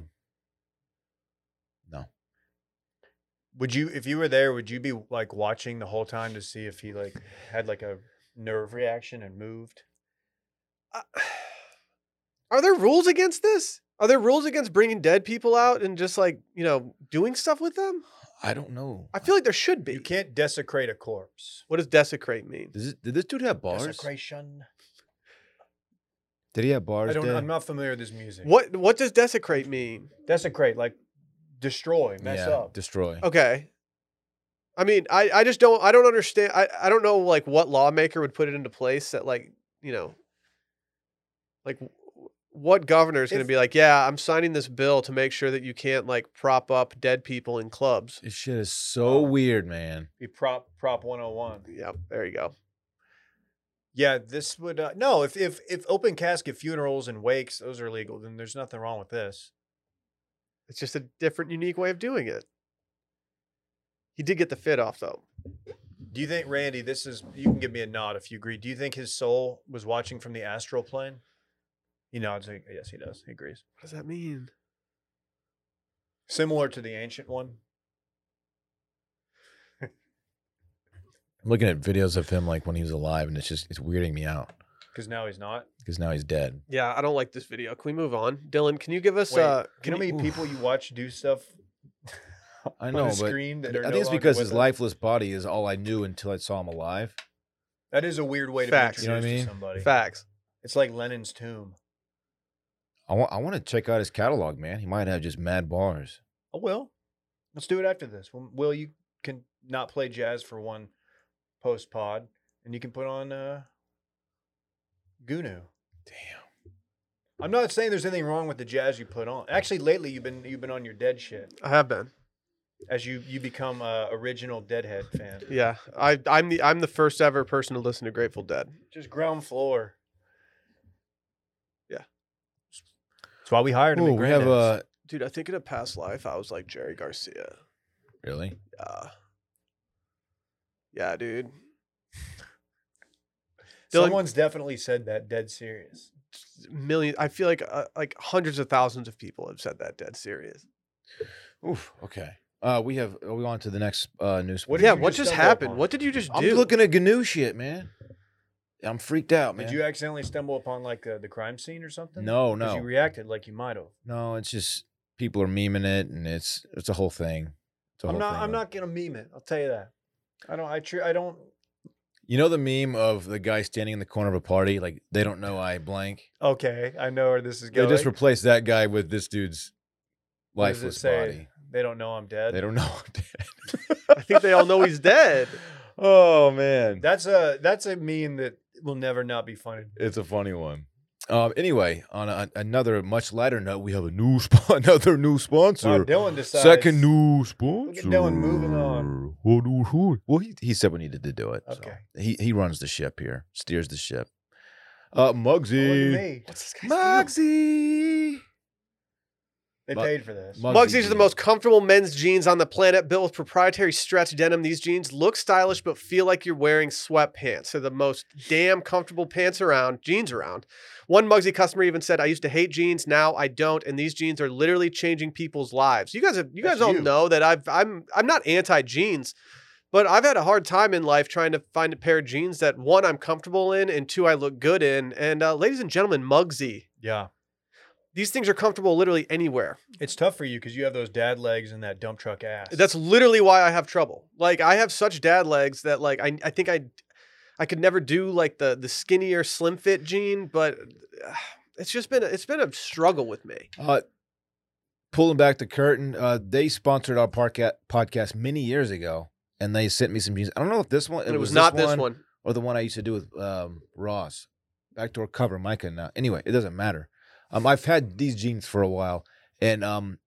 Speaker 3: no.
Speaker 2: Would you, if you were there, would you be like watching the whole time to see if he like had like a nerve reaction and moved?
Speaker 1: Uh, [SIGHS] are there rules against this? Are there rules against bringing dead people out and just like you know doing stuff with them?
Speaker 3: I don't know.
Speaker 1: I feel like there should be.
Speaker 2: You can't desecrate a corpse.
Speaker 1: What does desecrate mean?
Speaker 3: Does it, did this dude have bars?
Speaker 2: Desecration.
Speaker 3: Did he have bars?
Speaker 2: I don't.
Speaker 3: Dad?
Speaker 2: I'm not familiar with this music.
Speaker 1: What what does desecrate mean?
Speaker 2: Desecrate, like destroy, mess
Speaker 3: yeah,
Speaker 2: up.
Speaker 3: Destroy.
Speaker 1: Okay. I mean, I, I just don't I don't understand I, I don't know like what lawmaker would put it into place that like, you know, like w- w- what governor is going to
Speaker 2: If-
Speaker 1: be like, "Yeah, I'm signing this bill to make sure that you can't like prop up dead people in clubs."
Speaker 3: This shit is so
Speaker 2: Oh.
Speaker 3: weird, man.
Speaker 2: Be prop prop 101.
Speaker 1: Yep, there you go.
Speaker 2: Yeah, this would uh, no. If if if open casket funerals and wakes, those are legal. Then there's nothing wrong with this.
Speaker 1: It's just a different unique way of doing it. He did get the fit off though.
Speaker 2: Do you think Randy? This is you can give me a nod if you agree. Do you think his soul was watching from the astral plane? He nods. he- Yes, he does. He agrees.
Speaker 1: What does that mean?
Speaker 2: Similar to the ancient one.
Speaker 3: I'm looking at videos of him like when he was alive, and it's just it's weirding me out
Speaker 2: Because now he's not.
Speaker 3: because now he's dead.
Speaker 1: Yeah, I don't like this video. Can we move on? Dylan, can you give us
Speaker 2: Wait,
Speaker 1: uh
Speaker 2: you know how
Speaker 1: can
Speaker 2: many
Speaker 1: you-
Speaker 2: people you watch do stuff
Speaker 3: I
Speaker 2: on
Speaker 3: know,
Speaker 2: the
Speaker 3: but [SIGHS]
Speaker 2: screen
Speaker 3: I
Speaker 2: that are
Speaker 3: think
Speaker 2: no
Speaker 3: it's
Speaker 2: longer
Speaker 3: because
Speaker 2: with
Speaker 3: his
Speaker 2: us?
Speaker 3: lifeless body is all I knew until I saw him alive.
Speaker 2: That is a weird way to
Speaker 1: Facts.
Speaker 2: be
Speaker 3: You know what I
Speaker 2: introduced
Speaker 3: mean?
Speaker 2: to somebody.
Speaker 1: facts?
Speaker 2: It's like Lenin's tomb.
Speaker 3: I want I want to check out his catalog, man. He might have just mad bars.
Speaker 2: I will. "Oh, Let's do it after this. Will- Will you can not play jazz for one post pod, and you can put on uh, Gunu.
Speaker 3: Damn.
Speaker 2: I'm not saying there's anything wrong with the jazz you put on. Actually, lately you've been you've been on your dead shit
Speaker 1: I have been.
Speaker 2: as you you become a original Deadhead
Speaker 3: [LAUGHS]
Speaker 2: fan.
Speaker 1: Yeah. I I'm the I'm the first ever person to listen to Grateful Dead.
Speaker 2: Just ground floor.
Speaker 1: Yeah.
Speaker 2: That's why we hired him.
Speaker 3: Ooh,
Speaker 2: at
Speaker 3: we have uh, a
Speaker 2: Grandad's.
Speaker 1: Dude, I think in a past life I was like Jerry Garcia.
Speaker 3: really.
Speaker 1: Yeah. Yeah, dude. Dylan-
Speaker 2: Someone's definitely said that dead serious.
Speaker 1: Million I feel like uh, like hundreds of thousands of people have said that dead serious.
Speaker 3: Oof. Okay. Uh, we have. Are we on to the next uh, news?
Speaker 2: What did
Speaker 1: yeah,
Speaker 2: you
Speaker 1: what
Speaker 2: just
Speaker 1: just
Speaker 2: stumble
Speaker 1: happened?
Speaker 2: upon?
Speaker 1: What did you just
Speaker 3: I'm
Speaker 1: do?
Speaker 3: looking at GNU shit, man. I'm freaked out, man.
Speaker 2: Did you accidentally stumble upon like uh, the crime scene or something?
Speaker 3: no,
Speaker 2: 'Cause
Speaker 3: no,
Speaker 2: You reacted like you might have.
Speaker 3: no. It's just people are memeing it, and it's it's a whole thing. It's a
Speaker 2: I'm
Speaker 3: whole
Speaker 2: not.
Speaker 3: thing,
Speaker 2: I'm
Speaker 3: man.
Speaker 2: not gonna meme it. I'll tell you that. I don't. I tr- I don't.
Speaker 3: You know the meme of the guy standing in the corner of a party, like they don't know I blank.
Speaker 2: Okay, I know where this is
Speaker 3: They
Speaker 2: going.
Speaker 3: just replaced that guy with this dude's
Speaker 2: What does it
Speaker 3: lifeless
Speaker 2: say?
Speaker 3: body.
Speaker 2: They don't know I'm dead.
Speaker 3: They don't know I'm dead.
Speaker 2: [LAUGHS]
Speaker 1: I think they all
Speaker 3: [LAUGHS]
Speaker 1: know he's dead.
Speaker 3: Oh man,
Speaker 2: That's a that's a meme that will never not be funny.
Speaker 3: it's a funny one. Um, anyway, on a, another much lighter note, we have a new sp- [LAUGHS] another new
Speaker 2: Now
Speaker 3: sponsor.
Speaker 2: Dylan decides.
Speaker 3: Second new sponsor.
Speaker 2: at Dylan moving on.
Speaker 3: Who do- who? Well, he, he said we needed to do it. so
Speaker 2: Okay.
Speaker 3: He he runs the ship here, steers the ship. Uh,
Speaker 2: Oh, look at
Speaker 3: Muggsy.
Speaker 2: me.
Speaker 3: Muggsy.
Speaker 2: They
Speaker 3: Mu-
Speaker 2: paid for this.
Speaker 3: Mug- Muggsy
Speaker 1: Muggsy's are the
Speaker 3: jeans.
Speaker 1: most comfortable men's jeans on the planet, built with proprietary stretch denim. These jeans look stylish but feel like you're wearing sweatpants. They're the most damn comfortable pants around, jeans around. One Muggsy customer even said, "I used to hate jeans, now I don't, and these jeans are literally changing people's lives." You guys, have, you guys
Speaker 2: That's
Speaker 1: all
Speaker 2: you.
Speaker 1: know that I've I'm I'm not anti jeans. But I've had a hard time in life trying to find a pair of jeans that one I'm comfortable in and two I look good in. And uh, ladies and gentlemen, Muggsy,
Speaker 2: yeah,
Speaker 1: these things are comfortable literally anywhere.
Speaker 2: it's tough for you because you have those dad legs and that dump truck ass.
Speaker 1: That's literally why I have trouble. Like I have such dad legs that like I I think I I could never do like the the skinnier slim fit gene, but uh, it's just been a- it's been a struggle with me.
Speaker 3: Uh, pulling back the curtain, uh, they sponsored our podca- podcast many years ago, and they sent me some jeans. I don't know if this one.
Speaker 1: And it, was, not this one.
Speaker 3: or the one I used to do with um, Ross, backdoor cover, Micah. Now, anyway, it doesn't matter. Um, I've had these jeans for a while, and um,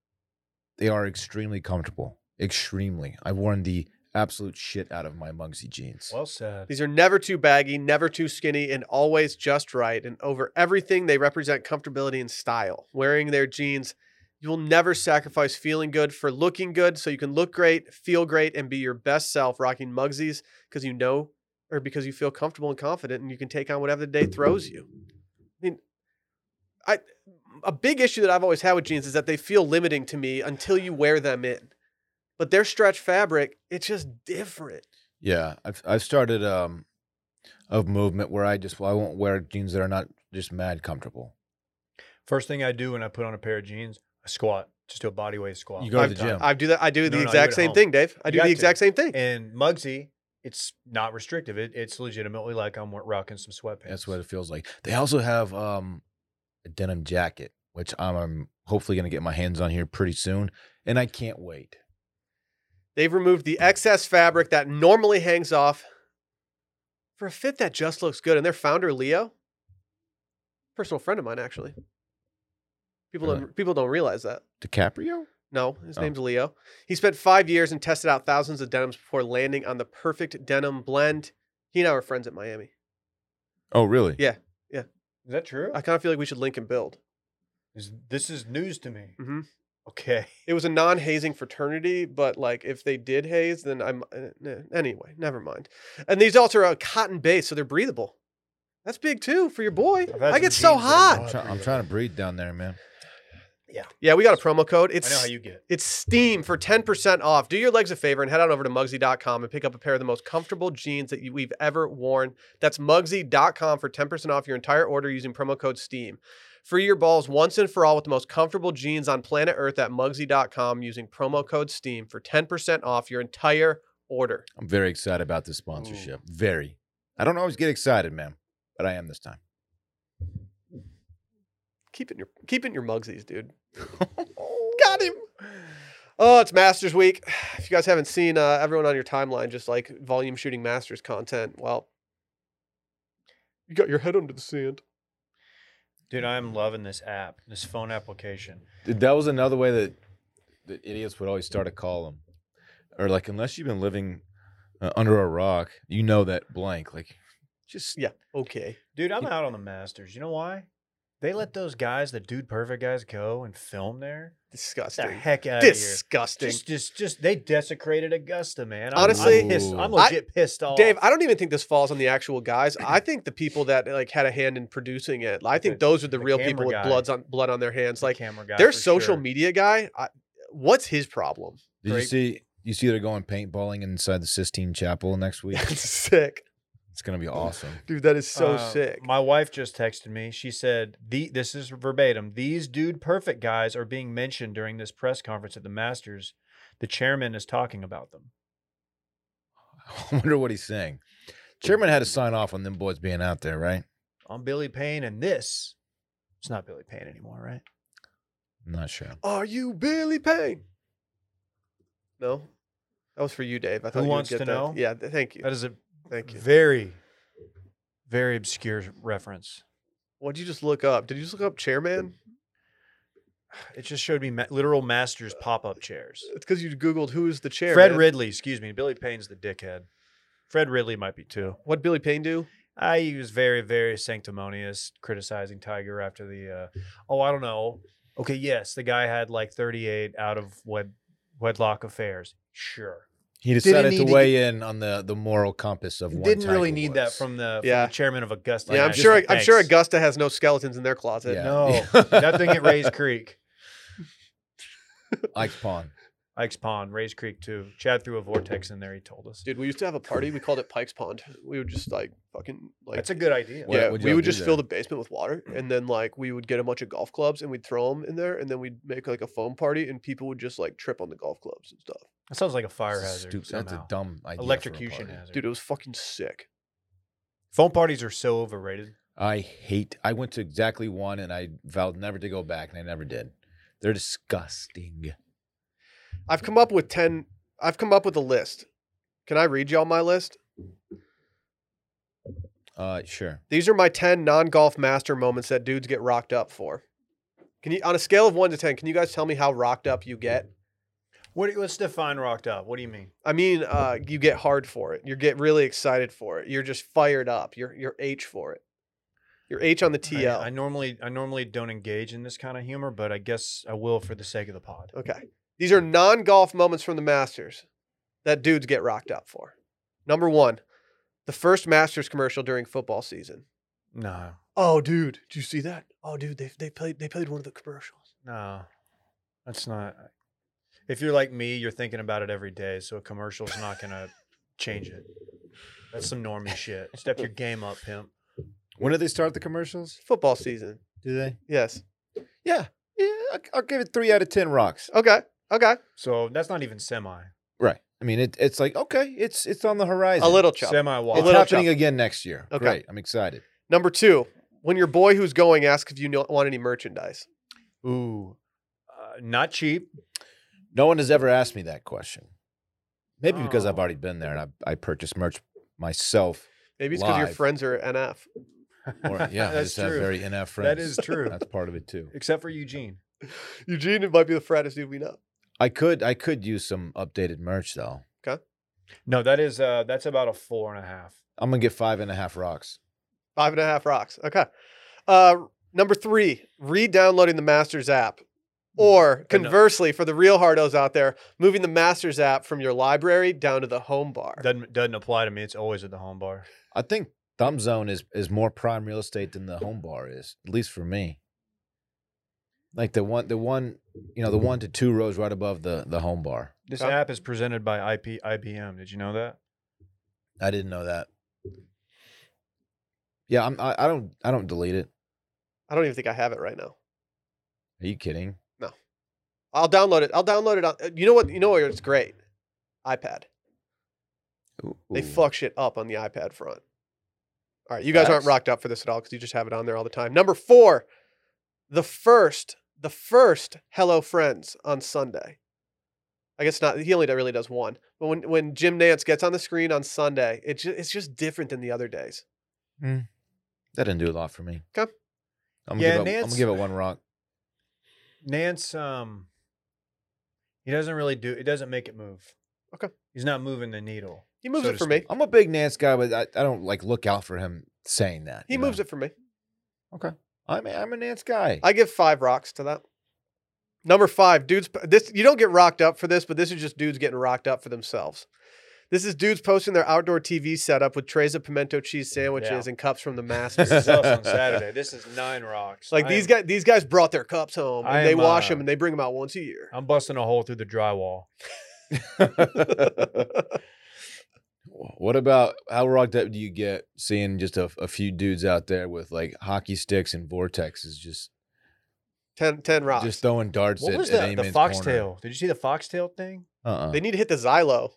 Speaker 3: they are extremely comfortable. Extremely. I've worn the absolute shit out of my Muggsy jeans.
Speaker 2: well said.
Speaker 1: These are never too baggy, never too skinny, and always just right. And over everything, they represent comfortability and style. Wearing their jeans, you will never sacrifice feeling good for looking good. So you can look great, feel great, and be your best self rocking Mugsies because you know or because you feel comfortable and confident and you can take on whatever the day throws you. I mean, I a big issue that I've always had with jeans is that they feel limiting to me until you wear them in. But their stretch fabric, it's just different.
Speaker 3: Yeah, I've I've started um, a movement where I just I won't wear jeans that are not just mad comfortable.
Speaker 2: First thing I do when I put on a pair of jeans, I squat. Just do a body weight squat.
Speaker 3: You go to
Speaker 2: I've
Speaker 3: the
Speaker 2: done
Speaker 3: gym.
Speaker 1: I do that. I do
Speaker 2: No,
Speaker 1: the
Speaker 2: no, you
Speaker 1: exact
Speaker 2: at
Speaker 1: same
Speaker 2: home.
Speaker 1: thing, Dave. I
Speaker 2: You
Speaker 1: do
Speaker 2: got
Speaker 1: the
Speaker 2: to.
Speaker 1: exact same thing.
Speaker 2: And Muggsy, it's not restrictive. It, it's legitimately like I'm wa- rocking some sweatpants.
Speaker 3: That's what it feels like. They also have um, a denim jacket, which I'm, I'm hopefully going to get my hands on here pretty soon, and I can't wait.
Speaker 1: They've removed the excess fabric that normally hangs off for a fit that just looks good. And their founder, Leo, personal friend of mine, actually. People
Speaker 3: Really?
Speaker 1: don't people don't realize that.
Speaker 3: DiCaprio?
Speaker 1: No, his
Speaker 3: Oh.
Speaker 1: name's Leo. He spent five years and tested out thousands of denims before landing on the perfect denim blend. He and I were friends at Miami.
Speaker 3: Oh, really?
Speaker 1: Yeah.
Speaker 2: Is that true?
Speaker 1: I kind of feel like we should link and build.
Speaker 2: Is- this is news to me.
Speaker 1: hmm
Speaker 2: Okay. [LAUGHS]
Speaker 1: It was a non-hazing fraternity, but like if they did haze, then I'm uh, n- anyway. Never mind. And these also are uh, cotton based, so they're breathable. That's big too for your boy.
Speaker 2: I've had
Speaker 1: I
Speaker 2: some
Speaker 1: get so
Speaker 2: jeans that are
Speaker 1: hot.
Speaker 3: I'm,
Speaker 2: not
Speaker 3: try- I'm
Speaker 2: breathable.
Speaker 3: trying to breathe down there, man.
Speaker 1: Yeah, we got a promo code.
Speaker 2: I know
Speaker 1: It's
Speaker 2: how you get.
Speaker 1: It's Steam for 10% off. Do your legs a favor and head on over to Mugsy.com and pick up a pair of the most comfortable jeans that you, we've ever worn. That's Mugsy.com for 10% off your entire order using promo code STEAM. Free your balls once and for all with the most comfortable jeans on planet Earth at Mugsy.com using promo code STEAM for 10% off your entire order.
Speaker 3: I'm very excited about this sponsorship. Very. I don't always get excited, man, but I am this time.
Speaker 1: Keep it in your, keep it in your Mugsies,
Speaker 2: [LAUGHS]
Speaker 1: dude. Got him. Oh, it's Masters Week. If you guys haven't seen uh, everyone on your timeline just like volume shooting Masters content, well, you got your head under the sand.
Speaker 2: Dude, I'm loving this app, this phone application.
Speaker 3: Dude, that was another way that the idiots would always start a column, or like unless you've been living uh, under a rock, you know that blank. Like, just
Speaker 1: Yeah. Okay.
Speaker 2: Dude, I'm out on the Masters. You know why? They let those guys, the dude perfect guys, go and film there. Get the
Speaker 1: Disgusting.
Speaker 2: heck out of here.
Speaker 1: Disgusting.
Speaker 2: Just, just, just, they desecrated Augusta, man. I'm,
Speaker 1: Honestly-
Speaker 2: I'm, pissed. I'm
Speaker 3: Ooh.
Speaker 1: I-
Speaker 2: legit pissed off.
Speaker 1: Dave, I don't even think this falls on the actual guys. I think the people that like had a hand in producing it. I think
Speaker 2: The-
Speaker 1: those are the,
Speaker 2: the
Speaker 1: real
Speaker 2: camera
Speaker 1: people with
Speaker 2: guy.
Speaker 1: bloods on blood on their hands.
Speaker 2: The
Speaker 1: Like
Speaker 2: camera guy
Speaker 1: their
Speaker 2: for
Speaker 1: social
Speaker 2: sure.
Speaker 1: media guy. I, what's his problem? [LAUGHS]
Speaker 3: did you
Speaker 2: Great.
Speaker 3: see? You see they're going paintballing inside the Sistine Chapel next
Speaker 2: [LAUGHS]
Speaker 3: week.
Speaker 1: That's sick,
Speaker 3: it's gonna be awesome. [LAUGHS]
Speaker 1: dude. That is so
Speaker 2: Uh,
Speaker 1: sick.
Speaker 2: My wife just texted me. She said, "The this is verbatim. These dude perfect guys are being mentioned during this press conference at the Masters. The chairman is talking about them.
Speaker 3: I wonder what he's saying. Chairman had to sign off on them boys being out there, right?
Speaker 2: I'm Billy Payne, and this it's not Billy Payne anymore, right?
Speaker 3: I'm not sure.
Speaker 1: Are you Billy Payne? No, that was for you, Dave. I thought you would
Speaker 2: wants
Speaker 1: get
Speaker 2: to
Speaker 1: that.
Speaker 2: know?
Speaker 1: Yeah, th- thank you.
Speaker 2: That is a
Speaker 1: Thank you.
Speaker 2: very, very obscure reference.
Speaker 1: What'd you just look up? Did you just look up chairman?
Speaker 2: It just showed me ma- literal Masters pop up chairs.
Speaker 1: It's because you googled who is the chair.
Speaker 2: Fred
Speaker 1: man.
Speaker 2: Ridley, excuse me. Billy Payne's the dickhead. Fred Ridley might be too.
Speaker 1: What Billy Payne do?
Speaker 2: I he was very, very sanctimonious criticizing Tiger after the, uh, oh, I don't know. Okay, yes, the guy had like 38 out of wed- wedlock affairs. Sure.
Speaker 3: He decided
Speaker 2: need
Speaker 3: to
Speaker 2: to get-
Speaker 3: weigh in on the the moral compass of one.
Speaker 2: Didn't really
Speaker 3: Tiger
Speaker 2: need that
Speaker 3: Woods.
Speaker 2: from the, from
Speaker 1: Yeah.
Speaker 2: the chairman of Augusta.
Speaker 1: yeah, I'm
Speaker 2: National.
Speaker 1: sure. I'm sure
Speaker 2: Thanks.
Speaker 1: Augusta has no skeletons in their closet.
Speaker 3: Yeah. [LAUGHS]
Speaker 2: [LAUGHS] No, nothing at Rays Creek.
Speaker 3: Ike's Pond.
Speaker 2: Ike's Pond, Rays Creek too. Chad threw a vortex in there, he told us.
Speaker 1: Dude, we used to have a party. We called it Pike's Pond. We would just like fucking like.
Speaker 2: That's a good idea.
Speaker 3: What-
Speaker 1: yeah,
Speaker 3: what'd
Speaker 1: we
Speaker 3: y'all
Speaker 1: would
Speaker 3: do
Speaker 1: just fill the
Speaker 3: there?
Speaker 1: basement with water, and then like we would get a bunch of golf clubs, and we'd throw them in there, and then we'd make like a foam party, and people would just like trip on the golf clubs and stuff.
Speaker 2: That sounds like a fire hazard.
Speaker 3: Stupid. That's a
Speaker 2: somehow.
Speaker 3: dumb idea. for a
Speaker 2: Electrocution
Speaker 3: party.
Speaker 2: hazard.
Speaker 1: Dude, it was fucking sick.
Speaker 2: phone parties are so overrated.
Speaker 3: I hate. I went to exactly one, and I vowed never to go back, and I never did. They're disgusting.
Speaker 1: I've come up with 10 I've come up with a list. Can I read y'all my list?
Speaker 3: Uh, sure.
Speaker 1: These are my 10 non-golf master moments that dudes get rocked up for. Can you on a scale of 1 to 10, can you guys tell me how rocked up you get?
Speaker 2: What, what's define rocked up? What do you mean?
Speaker 1: I mean, uh, you get hard for it. You get really excited for it. You're just fired up. You're you're H for it. You're H on the
Speaker 2: I-
Speaker 1: TL.
Speaker 2: I, normally I normally don't engage in this kind of humor, but I guess I will for the sake of the pod.
Speaker 1: okay. These are non-golf moments from the Masters that dudes get rocked up for. Number 1, the first Masters commercial during football season.
Speaker 2: No,
Speaker 1: Oh, dude, did you see that? Oh, dude, they they played they played one of the commercials.
Speaker 2: no, that's not. If you're like me, you're thinking about it every day, so a commercial's not gonna change it. That's
Speaker 1: [LAUGHS]
Speaker 2: some normie shit. Step your game up, pimp.
Speaker 3: When did they start the commercials?
Speaker 1: Football season.
Speaker 3: Do they?
Speaker 1: Yes.
Speaker 3: Yeah. Yeah. I'll, I'll give it three out of ten rocks.
Speaker 1: Okay. Okay.
Speaker 2: So that's not even semi.
Speaker 3: Right. I mean, it, it's like okay, it's it's on the horizon.
Speaker 1: A little chub.
Speaker 2: Semi
Speaker 3: It's
Speaker 1: little
Speaker 2: wild.
Speaker 3: happening
Speaker 1: chop.
Speaker 3: again next year.
Speaker 1: Okay.
Speaker 3: Great. I'm excited.
Speaker 1: Number two, when your boy who's going asks if you know, want any merchandise.
Speaker 2: Ooh, uh, not cheap.
Speaker 3: No one has ever asked me that question. Maybe because I've
Speaker 2: Oh.
Speaker 3: already been there and I, I purchased merch myself.
Speaker 1: Maybe it's because your
Speaker 3: Live.
Speaker 1: friends are NF.
Speaker 3: Or, yeah, I
Speaker 2: that's
Speaker 3: just have
Speaker 2: true.
Speaker 3: very NF friends.
Speaker 2: That is true.
Speaker 3: That's part of it too.
Speaker 2: Except for Eugene.
Speaker 1: Eugene, it might be the frattest dude we know.
Speaker 3: I could I could use some updated merch though.
Speaker 2: No, that is uh, that's about a four and a half.
Speaker 3: I'm gonna get five and a half rocks.
Speaker 1: Five and a half rocks. Okay. Uh, number three, re-downloading the Masters app. Or
Speaker 2: Enough.
Speaker 1: conversely, for the real hardos out there, moving the Masters app from your library down to the home bar.
Speaker 2: Doesn't doesn't apply to me. It's always at the home bar.
Speaker 3: I think Thumb Zone is is more prime real estate than the home bar is, at least for me. like the one, the one, you know, the one to two rows right above the the home bar.
Speaker 2: This
Speaker 1: Huh?
Speaker 2: app is presented by IP IBM. Did you know that?
Speaker 3: I didn't know that. Yeah, I'm, I, I don't, I don't delete it.
Speaker 1: I don't even think I have it right now.
Speaker 3: Are you kidding?
Speaker 1: I'll download it. I'll download it on. You know what? You know where it's great. iPad. They
Speaker 3: Ooh.
Speaker 1: fuck shit up on the iPad front. All right, you guys aren't
Speaker 3: Facts.
Speaker 1: rocked up for this at all because you just have it on there all the time. Number four, the first, the first Hello Friends on Sunday. I guess not. He only really does one. But when when Jim Nance gets on the screen on Sunday, it ju- it's just different than the other days.
Speaker 3: That didn't do a lot for me.
Speaker 1: Okay.
Speaker 3: I'm gonna,
Speaker 2: Yeah,
Speaker 3: give, it, I'm
Speaker 2: Nance-
Speaker 3: gonna give it one rock.
Speaker 2: Nance, um, he doesn't really do. It doesn't make it move.
Speaker 1: Okay.
Speaker 2: He's not moving the needle.
Speaker 1: He moves
Speaker 2: so
Speaker 1: it
Speaker 2: to
Speaker 1: for me.
Speaker 2: speak.
Speaker 3: I'm a big Nance guy, but I, I don't like look out for him saying that.
Speaker 1: He moves it for me.
Speaker 3: I'm a, I'm a Nance guy.
Speaker 1: I give five rocks to that. Number five, dudes. This you don't get rocked up for this, but this is just dudes getting rocked up for themselves. This is dudes posting their outdoor TV setup with trays of pimento cheese sandwiches
Speaker 2: Yeah.
Speaker 1: and cups from
Speaker 2: [LAUGHS]
Speaker 1: the Masters.
Speaker 2: This is us on Saturday. This is Nine
Speaker 1: [LAUGHS]
Speaker 2: Rocks.
Speaker 1: like
Speaker 2: I
Speaker 1: these
Speaker 2: am-
Speaker 1: guys, these guys brought their cups home and
Speaker 2: I
Speaker 1: they
Speaker 2: am,
Speaker 1: wash
Speaker 2: uh,
Speaker 1: them and they bring them out once a year.
Speaker 2: I'm busting a hole through the drywall.
Speaker 3: what about how rocked up do you get seeing just a, a few dudes out there with like hockey sticks and vortexes just
Speaker 1: ten, 10 rocks.
Speaker 3: just throwing darts
Speaker 2: What
Speaker 3: at,
Speaker 2: was
Speaker 3: at
Speaker 2: that? The
Speaker 3: Eamonn's corner?
Speaker 2: foxtail. Did you see the foxtail thing?
Speaker 3: Uh-uh.
Speaker 1: they need to hit the Xylo.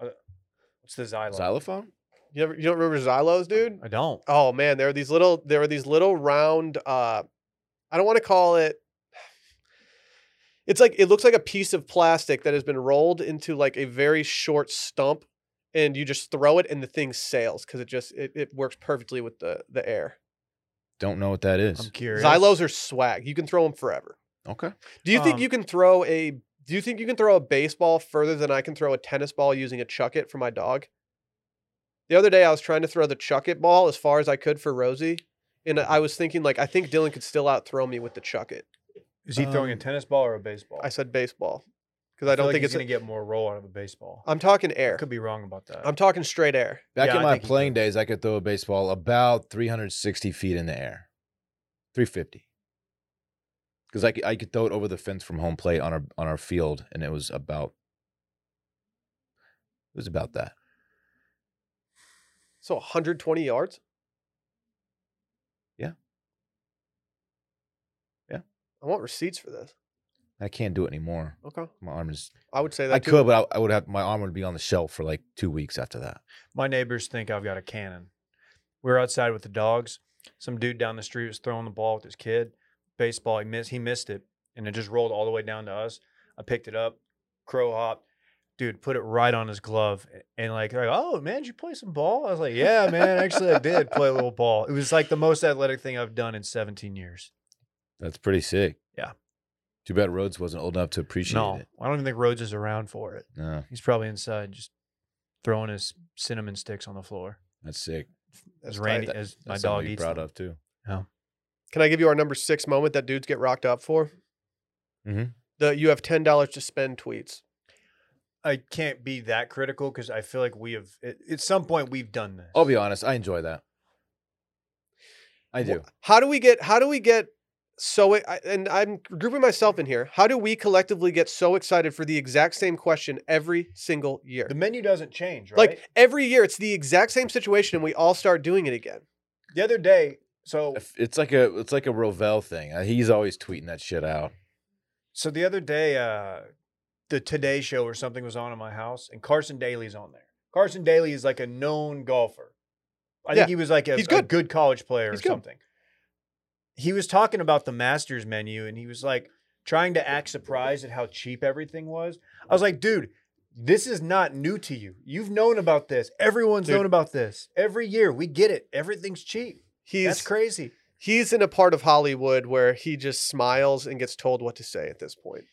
Speaker 2: What's the xylo?
Speaker 3: Xylophone?
Speaker 1: You ever, you don't remember Xylos, dude?
Speaker 2: I don't.
Speaker 1: Oh man, there were these little there were these little round uh I don't want to call it it's like it looks like a piece of plastic that has been rolled into like a very short stump and you just throw it and the thing sails because it just it, it works perfectly with the the air.
Speaker 3: Don't know what that
Speaker 2: I'm
Speaker 3: is.
Speaker 2: curious.
Speaker 1: Xylos are swag. You can throw them forever.
Speaker 3: Okay.
Speaker 1: Do you think
Speaker 2: Um,
Speaker 1: you can throw a do you think you can throw a baseball further than I can throw a tennis ball using a chuck it for my dog? The other day I was trying to throw the chuck it ball as far as I could for Rosie. And I was thinking like I think Dylan could still out throw me with the chuck it.
Speaker 2: Is he throwing a
Speaker 3: Um,
Speaker 2: tennis ball or a baseball?
Speaker 1: I said baseball. Because I,
Speaker 2: feel
Speaker 1: don't
Speaker 2: like
Speaker 1: think
Speaker 2: he's
Speaker 1: it's
Speaker 2: going to get more roll out of a baseball.
Speaker 1: I'm talking air.
Speaker 2: could be wrong about that.
Speaker 1: I'm talking straight air.
Speaker 3: Back
Speaker 2: Yeah,
Speaker 3: in
Speaker 2: I
Speaker 3: my
Speaker 2: think he
Speaker 3: playing days, I could throw a baseball about 360 feet in the air, 350. Because I could, I could throw it over the fence from home plate on our on our field, and it was about it was about that.
Speaker 1: So 120 yards?
Speaker 3: Yeah. Yeah.
Speaker 1: I want receipts for this.
Speaker 3: I can't do it anymore.
Speaker 1: Okay.
Speaker 3: My arm is.
Speaker 1: I would say that
Speaker 3: I
Speaker 1: too.
Speaker 3: could, but I, I would have my arm would be on the shelf for like two weeks after that.
Speaker 2: My neighbors think I've got a cannon. We were outside with the dogs. Some dude down the street was throwing the ball with his kid. Baseball, he missed. He missed it, and it just rolled all the way down to us. I picked it up, crow hopped, dude, put it right on his glove, and like, they're like, oh man, did you play some ball? I was like, yeah, man, actually, I did play a little ball. It was like the most athletic thing I've done in 17 years.
Speaker 3: That's pretty sick.
Speaker 2: Yeah.
Speaker 3: Too bad Rhodes wasn't old enough to appreciate
Speaker 2: no,
Speaker 3: it.
Speaker 2: I don't even think Rhodes is around for it.
Speaker 3: No,
Speaker 2: He's probably inside just throwing his cinnamon sticks on the floor.
Speaker 3: that's sick.
Speaker 1: That's
Speaker 2: As
Speaker 1: tight.
Speaker 2: Randy,
Speaker 3: That-
Speaker 2: as
Speaker 3: That's
Speaker 2: my
Speaker 3: something
Speaker 2: dog
Speaker 3: to be
Speaker 2: eats.
Speaker 3: proud
Speaker 2: them.
Speaker 3: of too.
Speaker 1: Can I give you our number six moment that dudes get rocked up for?
Speaker 2: Mm-hmm.
Speaker 3: Mhm.
Speaker 1: The you have ten dollars to spend tweets.
Speaker 2: I can't be that critical because I feel like we have at, at some point we've done this.
Speaker 3: I'll be honest. I enjoy that. I do.
Speaker 2: oh.
Speaker 1: How do we get? How do we get? So it, I- and I'm grouping myself in here. How do we collectively get so excited for the exact same question every single year?
Speaker 2: the menu doesn't change, right?
Speaker 1: Like every year, it's the exact same situation, and we all start doing it again.
Speaker 2: the other day, so
Speaker 3: If- It's like a it's like a Rovell thing. Uh, He's always tweeting that shit out. [LAUGHS]
Speaker 2: so the other day, uh the Today Show or something was on in my house, and Carson Daly's on there. Carson Daly is like a known golfer. I
Speaker 1: Yeah,
Speaker 2: think he was like a,
Speaker 1: he's
Speaker 2: a
Speaker 1: good.
Speaker 2: good college player
Speaker 1: He's
Speaker 2: or
Speaker 1: good.
Speaker 2: something. He was talking about the Masters menu, and he was like trying to act surprised at how cheap everything was. I was like, dude. This is not new to you. You've known about this. Everyone's
Speaker 1: Dude.
Speaker 2: known about this. Every year, we get it. Everything's cheap. That's
Speaker 1: He's
Speaker 2: crazy.
Speaker 1: he's in a part of Hollywood where he just smiles and gets told what to say at this point.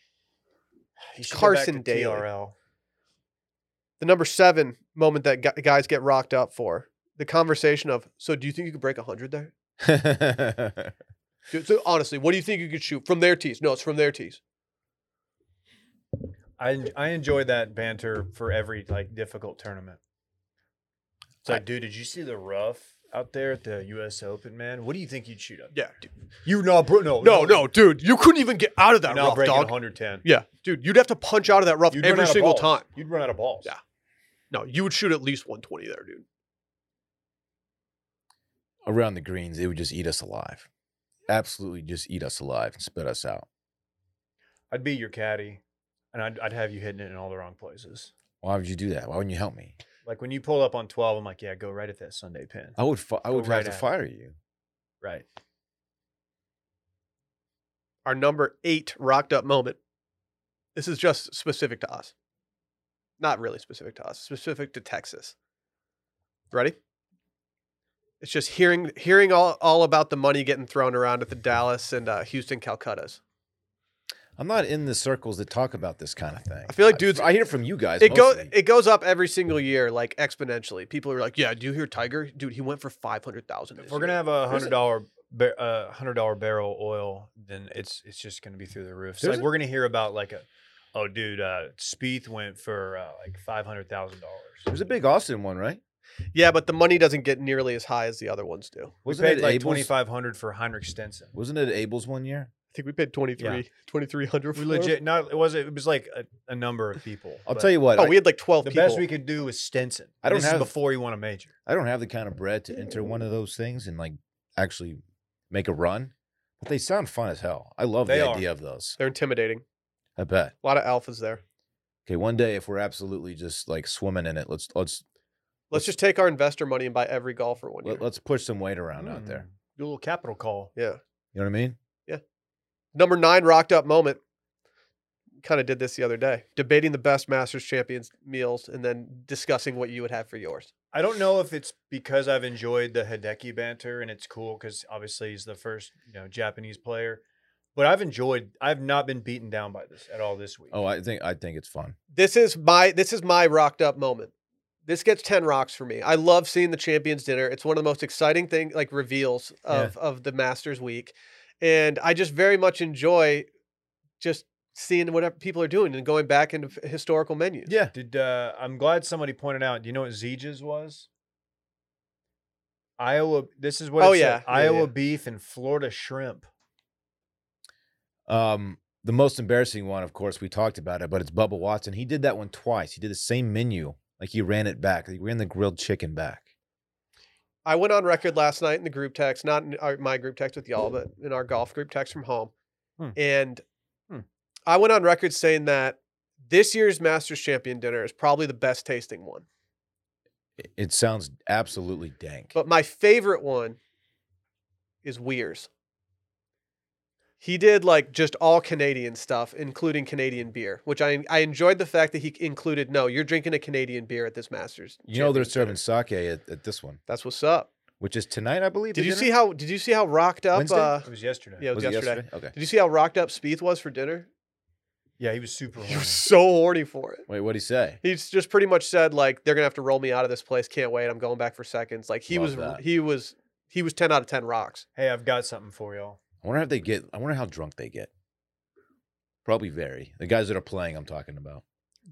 Speaker 2: He should go back
Speaker 1: Carson
Speaker 2: to
Speaker 1: Daly.
Speaker 2: TRL.
Speaker 1: the number seven moment that gu- guys get rocked up for the conversation of so do you think you could break 100 there Dude, so honestly what do you think you could shoot from their tees no it's from their tees
Speaker 2: I en- I enjoy that banter for every like difficult tournament. It's like, dude, did you see the rough out there at the U.S. Open, man, what do you think you'd shoot up?
Speaker 1: Yeah.
Speaker 2: You no, bro, Oh, no,
Speaker 1: No, no, dude, you couldn't even get out of
Speaker 2: You're
Speaker 1: that
Speaker 2: not
Speaker 1: rough,
Speaker 2: breaking
Speaker 1: dog.
Speaker 2: 110.
Speaker 1: Yeah, dude, you'd have to punch out of that rough
Speaker 2: You'd run
Speaker 1: every
Speaker 2: out of
Speaker 1: single
Speaker 2: balls.
Speaker 1: time.
Speaker 2: You'd run out of balls.
Speaker 1: Yeah. No, you would shoot at least 120 there, dude.
Speaker 3: around the greens, they would just eat us alive. Absolutely just eat us alive and spit us out.
Speaker 2: I'd be your caddy, and I'd, I'd have you hitting it in all the wrong places.
Speaker 3: Why would you do that? Why wouldn't you help me?
Speaker 2: Like when you pull up on 12, I'm like, yeah, go right at that Sunday pin.
Speaker 1: Uh,
Speaker 3: I would fi- I
Speaker 2: Go
Speaker 3: would have
Speaker 2: right
Speaker 3: to
Speaker 2: at it.
Speaker 3: fire you.
Speaker 2: Right.
Speaker 1: Our number eight rocked up moment. This is just specific to us. Not really specific to us, specific to Texas. Ready? It's just hearing hearing all, all about the money getting thrown around at the Dallas and uh, Houston Calcuttas.
Speaker 3: I'm not in the circles that talk about this kind of thing.
Speaker 1: I feel like dudes-
Speaker 3: I, hear it from you guys.
Speaker 1: It goes
Speaker 3: mostly.
Speaker 1: it goes up every single year, like exponentially. People are like, "Yeah, do you hear Tiger? Dude, he went for five hundred thousand.
Speaker 2: If we're gonna have a
Speaker 3: There's
Speaker 2: hundred
Speaker 3: a-
Speaker 2: dollar ba- uh, hundred dollar barrel oil, then it's it's just gonna be through the roof. So
Speaker 3: There's
Speaker 2: like
Speaker 3: a-
Speaker 2: we're gonna hear about like a oh dude, uh, Spieth went for uh, like five hundred thousand dollars.
Speaker 3: There's a big Austin one, right?
Speaker 1: yeah, but the money doesn't get nearly as high as the other ones do.
Speaker 2: We
Speaker 3: Wasn't
Speaker 2: paid
Speaker 3: it
Speaker 2: like
Speaker 3: Abel's?
Speaker 2: twenty five hundred for Heinrich Stenson.
Speaker 3: Wasn't it Abel's one year?
Speaker 1: I think we paid 23, 2300
Speaker 2: We
Speaker 1: for it.
Speaker 2: legit not it was it was like a, a number of people.
Speaker 3: I'll
Speaker 2: but
Speaker 3: tell you what.
Speaker 1: Oh,
Speaker 3: I-
Speaker 1: we had like twelve
Speaker 2: the
Speaker 1: people.
Speaker 2: best we could do was Stenson.
Speaker 3: I don't
Speaker 2: this
Speaker 3: have-
Speaker 2: is before you won a major.
Speaker 3: I don't have the kind of bread to enter one of those things and like actually make a run, but they sound fun as hell. I love
Speaker 2: They
Speaker 3: the
Speaker 2: are.
Speaker 3: idea of those.
Speaker 1: They're intimidating.
Speaker 3: I bet.
Speaker 1: A lot of alphas there.
Speaker 3: Okay, one day if we're absolutely just like swimming in it, let's let's
Speaker 1: Let's just take our investor money and buy every golfer one year.
Speaker 3: let, let's push some weight around out
Speaker 1: Mm.
Speaker 3: there.
Speaker 2: Hmm. Do a little capital call.
Speaker 1: yeah.
Speaker 3: You know what I mean?
Speaker 1: Number nine rocked up moment. Kind of did this the other day, debating the best Masters champions meals and then discussing what you would have for yours.
Speaker 2: I don't know if it's because I've enjoyed the Hideki banter and it's cool because obviously he's the first you know Japanese player, but I've enjoyed. I've not been beaten down by this at all this week.
Speaker 3: Oh, I think I think it's fun.
Speaker 1: This is my this is my rocked up moment. This gets ten rocks for me. I love seeing the champions dinner. It's one of the most exciting thing like reveals of of the Masters week, and I just very much enjoy just seeing what people are doing and going back into f- historical menus.
Speaker 3: Yeah.
Speaker 2: Did uh, I'm glad somebody pointed out? Do you know what Zeges was? Iowa. This is what.
Speaker 1: Oh,
Speaker 2: it
Speaker 1: yeah.
Speaker 2: said,
Speaker 1: Yeah,
Speaker 2: Iowa
Speaker 1: yeah.
Speaker 2: beef and Florida shrimp.
Speaker 3: Um, the most embarrassing one, of course, we talked about it, but it's Bubba Watson. He did that one twice. He did the same menu, like he ran it back. He ran the grilled chicken back.
Speaker 1: I went on record last night in the group text, not in our, my group text with y'all, but in our golf group text from home.
Speaker 2: Hmm.
Speaker 1: And
Speaker 2: Hmm.
Speaker 1: I went on record saying that this year's Masters Champion dinner is probably the best tasting one.
Speaker 3: It, it sounds absolutely dank.
Speaker 1: But my favorite one is Weir's. He did like just all Canadian stuff, including Canadian beer, which I I enjoyed the fact that he included. No, you're drinking a Canadian beer at this Masters.
Speaker 3: you know they're
Speaker 1: Champions dinner."
Speaker 3: serving sake at, at this one,
Speaker 1: That's what's up.
Speaker 3: which is tonight, I believe. the
Speaker 1: Did you
Speaker 3: dinner?
Speaker 1: see how? Did you see how rocked up?
Speaker 3: Wednesday?
Speaker 1: Uh,
Speaker 2: It was yesterday.
Speaker 1: yeah, it was,
Speaker 3: it
Speaker 1: yesterday.
Speaker 3: Okay.
Speaker 1: Did you see how rocked up Spieth was for dinner?
Speaker 2: Yeah, he was super.
Speaker 1: He was
Speaker 3: Oh.
Speaker 1: so
Speaker 2: horny.
Speaker 1: horny for it.
Speaker 3: Wait, what did he say?
Speaker 1: He's just pretty much said like they're gonna have to roll me out of this place. Can't wait. I'm going back for seconds. Like he
Speaker 3: Love
Speaker 1: was,
Speaker 3: that.
Speaker 1: he was, he was ten out of ten rocks.
Speaker 2: Hey, I've got something for y'all.
Speaker 3: I wonder if they get. I wonder how drunk they get. Probably very. The guys that are playing, I'm talking about.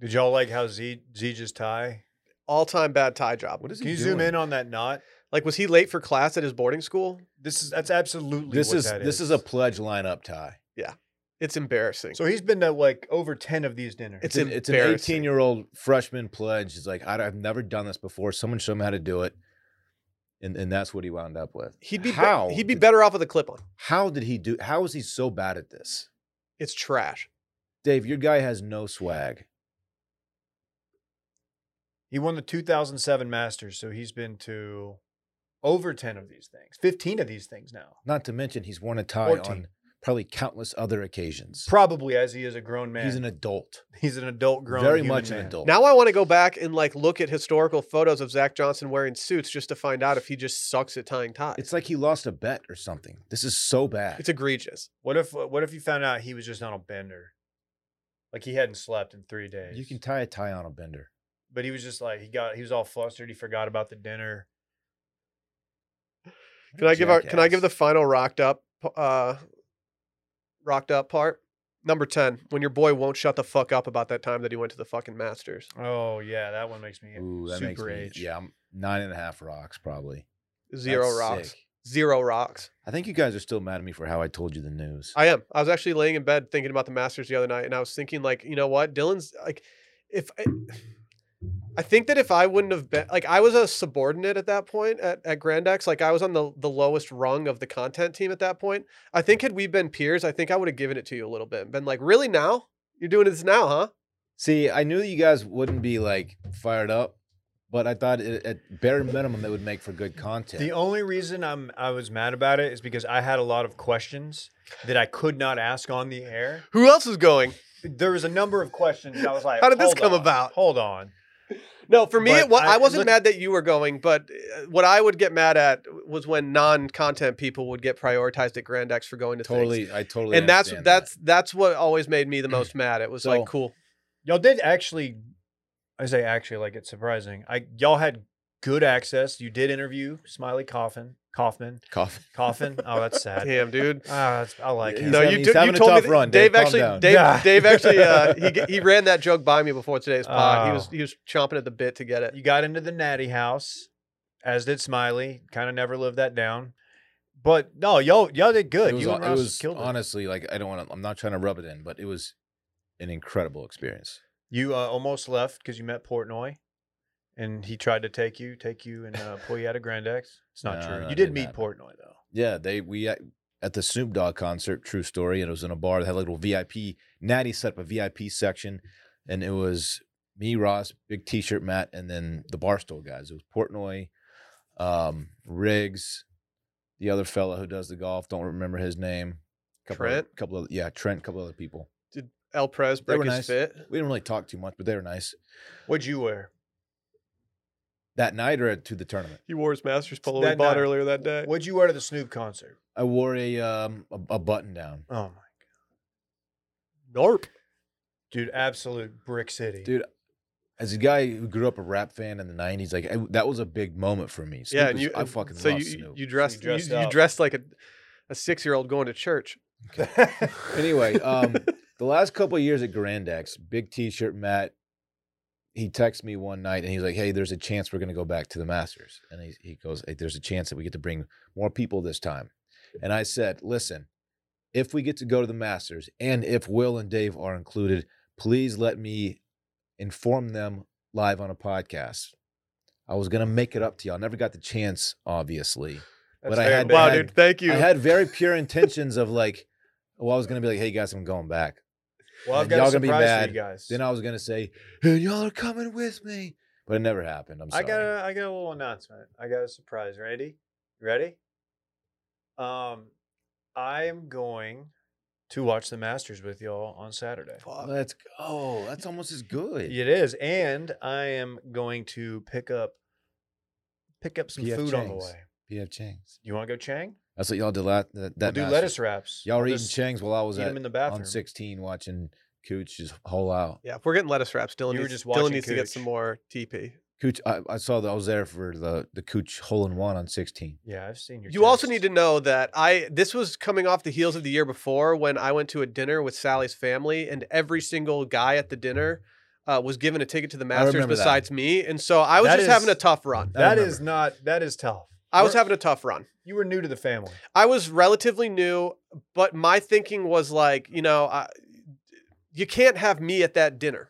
Speaker 2: Did y'all like how Z Zeges tie?
Speaker 1: All time bad tie job.
Speaker 3: What is he
Speaker 2: Can you zoom
Speaker 3: doing?
Speaker 2: in on that knot?
Speaker 1: Like was he late for class at his boarding school?
Speaker 2: This is that's absolutely
Speaker 3: This
Speaker 2: what
Speaker 3: is
Speaker 2: that
Speaker 3: this is a pledge lineup tie.
Speaker 1: It's embarrassing.
Speaker 2: So he's been to like over ten of these dinners.
Speaker 1: It's
Speaker 3: It's, an, it's an
Speaker 1: embarrassing.
Speaker 3: 18 year old freshman pledge. He's like, I, have never done this before. Someone showed me how to do it, and and that's what he wound up with.
Speaker 1: he'd be, be-
Speaker 3: how
Speaker 1: he'd be
Speaker 3: did-
Speaker 1: better off with a clip on.
Speaker 3: How did he do? How is he so bad at this?
Speaker 1: It's trash.
Speaker 3: Dave, your guy has no swag.
Speaker 2: He won the 2007 Masters, so he's been to over 10 of these things, 15 of these things now.
Speaker 3: Not to mention he's worn a tie
Speaker 2: 14.
Speaker 3: on probably countless other occasions.
Speaker 2: Probably as he is a grown man.
Speaker 3: He's an adult,
Speaker 2: adult grown
Speaker 3: very
Speaker 2: human
Speaker 3: much an
Speaker 2: man.
Speaker 3: adult.
Speaker 1: Now I want to go back and like look at historical photos of Zach Johnson wearing suits just to find out if he just sucks at tying ties.
Speaker 3: it's like he lost a bet or something. This is so bad.
Speaker 1: it's egregious.
Speaker 2: What if what if you found out he was just on a bender? Like he hadn't slept in 3 days.
Speaker 3: you can tie a tie on a bender.
Speaker 2: but he was just like he got he was all flustered, he forgot about the dinner.
Speaker 1: Can I give our, can I give the
Speaker 3: Jackass.
Speaker 1: final rocked up uh rocked up part? Number 10, when your boy won't shut the fuck up about that time that he went to the fucking Masters.
Speaker 2: Oh yeah, that one makes me
Speaker 3: Ooh, that
Speaker 2: super
Speaker 3: makes me.
Speaker 2: age.
Speaker 3: Yeah, I'm nine and a half rocks probably.
Speaker 1: Zero
Speaker 3: That's
Speaker 1: rocks.
Speaker 3: sick.
Speaker 1: Zero rocks.
Speaker 3: I think you guys are still mad at me for how I told you the news.
Speaker 1: I am. I was actually laying in bed thinking about the Masters the other night, and I was thinking, like, you know what, Dylan's like, if I, [SIGHS] I think that if I wouldn't have been like, I was a subordinate at that point at, at Grand X, like I was on the the lowest rung of the content team at that point. I think had we been peers, I think I would have given it to you a little bit, and been like, really now you're doing this now, huh?
Speaker 3: See, I knew that you guys wouldn't be like fired up, but I thought it, at bare minimum that would make for good content.
Speaker 2: The only reason I'm I was mad about it is because I had a lot of questions that I could not ask on the air.
Speaker 1: Who else is going?
Speaker 2: There was a number of questions that I was like,
Speaker 1: How did this
Speaker 2: "Hold
Speaker 1: come
Speaker 2: on,
Speaker 1: about?"
Speaker 2: Hold on.
Speaker 1: No, for me,
Speaker 2: But
Speaker 1: it wa- I,
Speaker 2: I-
Speaker 1: wasn't
Speaker 2: look-
Speaker 1: mad that you were going, but uh, what I would get mad at was when non-content people would get prioritized at Grand X for going to things.
Speaker 3: totally, I totally.
Speaker 1: and that's
Speaker 3: understand that.
Speaker 1: that's that's what always made
Speaker 3: [CLEARS THROAT]
Speaker 1: me the most mad. It was
Speaker 3: So-
Speaker 1: like
Speaker 3: [LAUGHS]
Speaker 1: cool.
Speaker 2: Y'all did actually I say actually like it's surprising. I y'all had good access. You did interview Smiley Coffin. Kaufman.
Speaker 3: cough.
Speaker 2: Coffin.
Speaker 3: [LAUGHS]
Speaker 2: Oh, that's sad.
Speaker 1: Damn, dude.
Speaker 2: Ah, that's- I like him.
Speaker 3: Uh, He's having- he's
Speaker 1: took-
Speaker 3: having a tough
Speaker 1: that-
Speaker 3: run, Dave,
Speaker 1: Dave,
Speaker 3: calm
Speaker 1: actually,
Speaker 3: down.
Speaker 1: Dave,
Speaker 2: Yeah.
Speaker 1: Dave actually,
Speaker 3: [LAUGHS]
Speaker 1: uh, he g- he ran that joke by me before today's pod. He was
Speaker 2: Oh.
Speaker 1: he was chomping at the bit to get it.
Speaker 2: You got into the natty house, as did Smiley. Kind of never lived that down. But no, y'all y'all did
Speaker 3: It
Speaker 2: good.
Speaker 3: was,
Speaker 2: you
Speaker 3: it
Speaker 2: and Ross
Speaker 3: was
Speaker 2: killed it.
Speaker 3: honestly like I don't want to. I'm not trying to rub it in, but it was an incredible experience.
Speaker 2: You uh, almost left because you met Portnoy, and he tried to take you, take you, and uh, pull you out of Grand X. It's not
Speaker 3: No,
Speaker 2: true.
Speaker 3: no,
Speaker 2: you
Speaker 3: it
Speaker 2: did
Speaker 3: didn't
Speaker 2: meet
Speaker 3: happen.
Speaker 2: Portnoy though.
Speaker 3: Yeah, they we at, at the Snoop Dogg concert, true story, and it was in a bar that had a little VIP. Natty set up a VIP section, and it was me, Ross, Big T-shirt Matt, and then the Barstool guys. It was Portnoy, um, Riggs, the other fella who does the golf. Don't remember his name. Couple
Speaker 1: Trent?
Speaker 3: Of, couple of yeah, Trent. Couple other people.
Speaker 1: El Prez
Speaker 3: They
Speaker 1: break
Speaker 3: were
Speaker 1: his
Speaker 3: nice.
Speaker 1: fit.
Speaker 3: We didn't really talk too much, but they were nice
Speaker 2: What'd you wear?
Speaker 3: that night or to the tournament.
Speaker 1: He wore his Masters polo
Speaker 2: That
Speaker 1: he bought
Speaker 2: night.
Speaker 1: earlier that day.
Speaker 2: What'd you wear to the Snoop concert?
Speaker 3: I wore a um a, a button down.
Speaker 2: Oh my
Speaker 1: Narp.
Speaker 2: dude, absolute brick city.
Speaker 3: Dude, as a guy who grew up a rap fan in the '90s, like I, that was a big moment for me. Snoop
Speaker 1: yeah, and
Speaker 3: is-
Speaker 1: you. uh,
Speaker 3: I fucking
Speaker 1: so
Speaker 3: love
Speaker 1: you
Speaker 3: Snoop.
Speaker 1: you dressed you
Speaker 2: dressed
Speaker 1: you,
Speaker 2: up.
Speaker 1: dressed like a a six year old going to church.
Speaker 2: [LAUGHS]
Speaker 3: anyway,
Speaker 1: [LAUGHS]
Speaker 3: um, the last couple of years at Grand X, big T-shirt Matt, he texts me one night and he's like, "Hey, there's a chance we're gonna go back to the Masters," and he he goes, "Hey, there's a chance that we get to bring more people this time," and I said, "Listen, if we get to go to the Masters and if Will and Dave are included, please let me inform them live on a podcast." I was gonna make it up to y'all. Never got the chance, obviously.
Speaker 2: That's
Speaker 3: but I
Speaker 2: very
Speaker 3: had-
Speaker 2: big.
Speaker 1: Wow,
Speaker 3: I
Speaker 1: dude, thank you.
Speaker 3: I had very pure intentions of like, well, I was gonna be like, hey guys, I'm going back.
Speaker 2: Well, I've
Speaker 3: and
Speaker 2: got
Speaker 3: y'all
Speaker 2: a
Speaker 3: gonna be
Speaker 2: surprise for
Speaker 3: mad.
Speaker 2: you guys.
Speaker 3: Then I was gonna say, hey, y'all are coming with me. But it never happened. I'm
Speaker 2: I
Speaker 3: sorry.
Speaker 2: got a, I got a little announcement. I got a surprise. Ready? Ready? Um, I am going to watch the Masters with y'all on Saturday.
Speaker 3: Let's go. That's almost as good.
Speaker 2: It is, and I am going to pick up pick up some
Speaker 3: PF
Speaker 2: food on the
Speaker 3: Chang's.
Speaker 2: way.
Speaker 3: PF Chang's.
Speaker 2: You want to go Chang?
Speaker 3: That's what y'all did last that,
Speaker 2: We'll
Speaker 3: that
Speaker 2: do
Speaker 3: Masters.
Speaker 2: lettuce wraps.
Speaker 3: Y'all were
Speaker 2: I'll
Speaker 3: eating
Speaker 2: just
Speaker 3: Chang's while I was
Speaker 2: Eat
Speaker 3: at,
Speaker 2: them in the bathroom.
Speaker 3: on 16 watching Cooch just hole out.
Speaker 1: yeah, if we're getting lettuce wraps, Dylan
Speaker 2: You were
Speaker 1: needs,
Speaker 2: just
Speaker 1: Dylan
Speaker 2: watching
Speaker 1: needs to get some
Speaker 2: Cooch.
Speaker 1: more TP.
Speaker 3: Cooch, I, I saw that I was there for the the Cooch hole in one on 16.
Speaker 2: Yeah, I've seen your.
Speaker 1: You also need to know that I this was coming off the heels of the year before when I went to a dinner with Sally's family, and every single guy at the dinner uh, was given a ticket to the Masters
Speaker 3: remember that.
Speaker 1: besides me, and so I was
Speaker 2: That
Speaker 1: just having
Speaker 2: is-
Speaker 1: a tough run.
Speaker 3: I
Speaker 2: That
Speaker 3: remember.
Speaker 2: is not. That is tough.
Speaker 1: I was
Speaker 2: We're-
Speaker 1: having a tough run.
Speaker 2: You were new to the family.
Speaker 1: I was relatively new, but my thinking was like, you know, I, you can't have me at that dinner.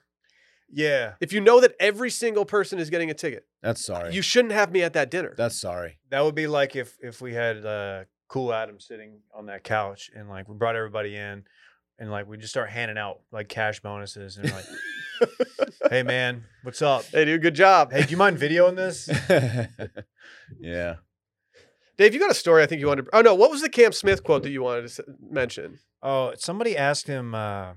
Speaker 2: Yeah,
Speaker 1: If you know that every single person is getting a ticket,
Speaker 3: That's
Speaker 2: Uh,
Speaker 3: sorry.
Speaker 1: you shouldn't have me at that dinner.
Speaker 3: That's sorry. [LAUGHS]
Speaker 2: that would be like if if we had uh, Cool Adam sitting on that couch and like we brought everybody in and like we just start handing out like cash bonuses and like, [LAUGHS] hey man, what's up?
Speaker 1: hey, dude, good job.
Speaker 2: Hey, do you mind videoing this?
Speaker 3: yeah.
Speaker 1: Dave, you got a story I think you wanted. Oh, no. What was the Cam Smith quote that you wanted to s- mention?
Speaker 2: Oh, somebody asked him. Uh,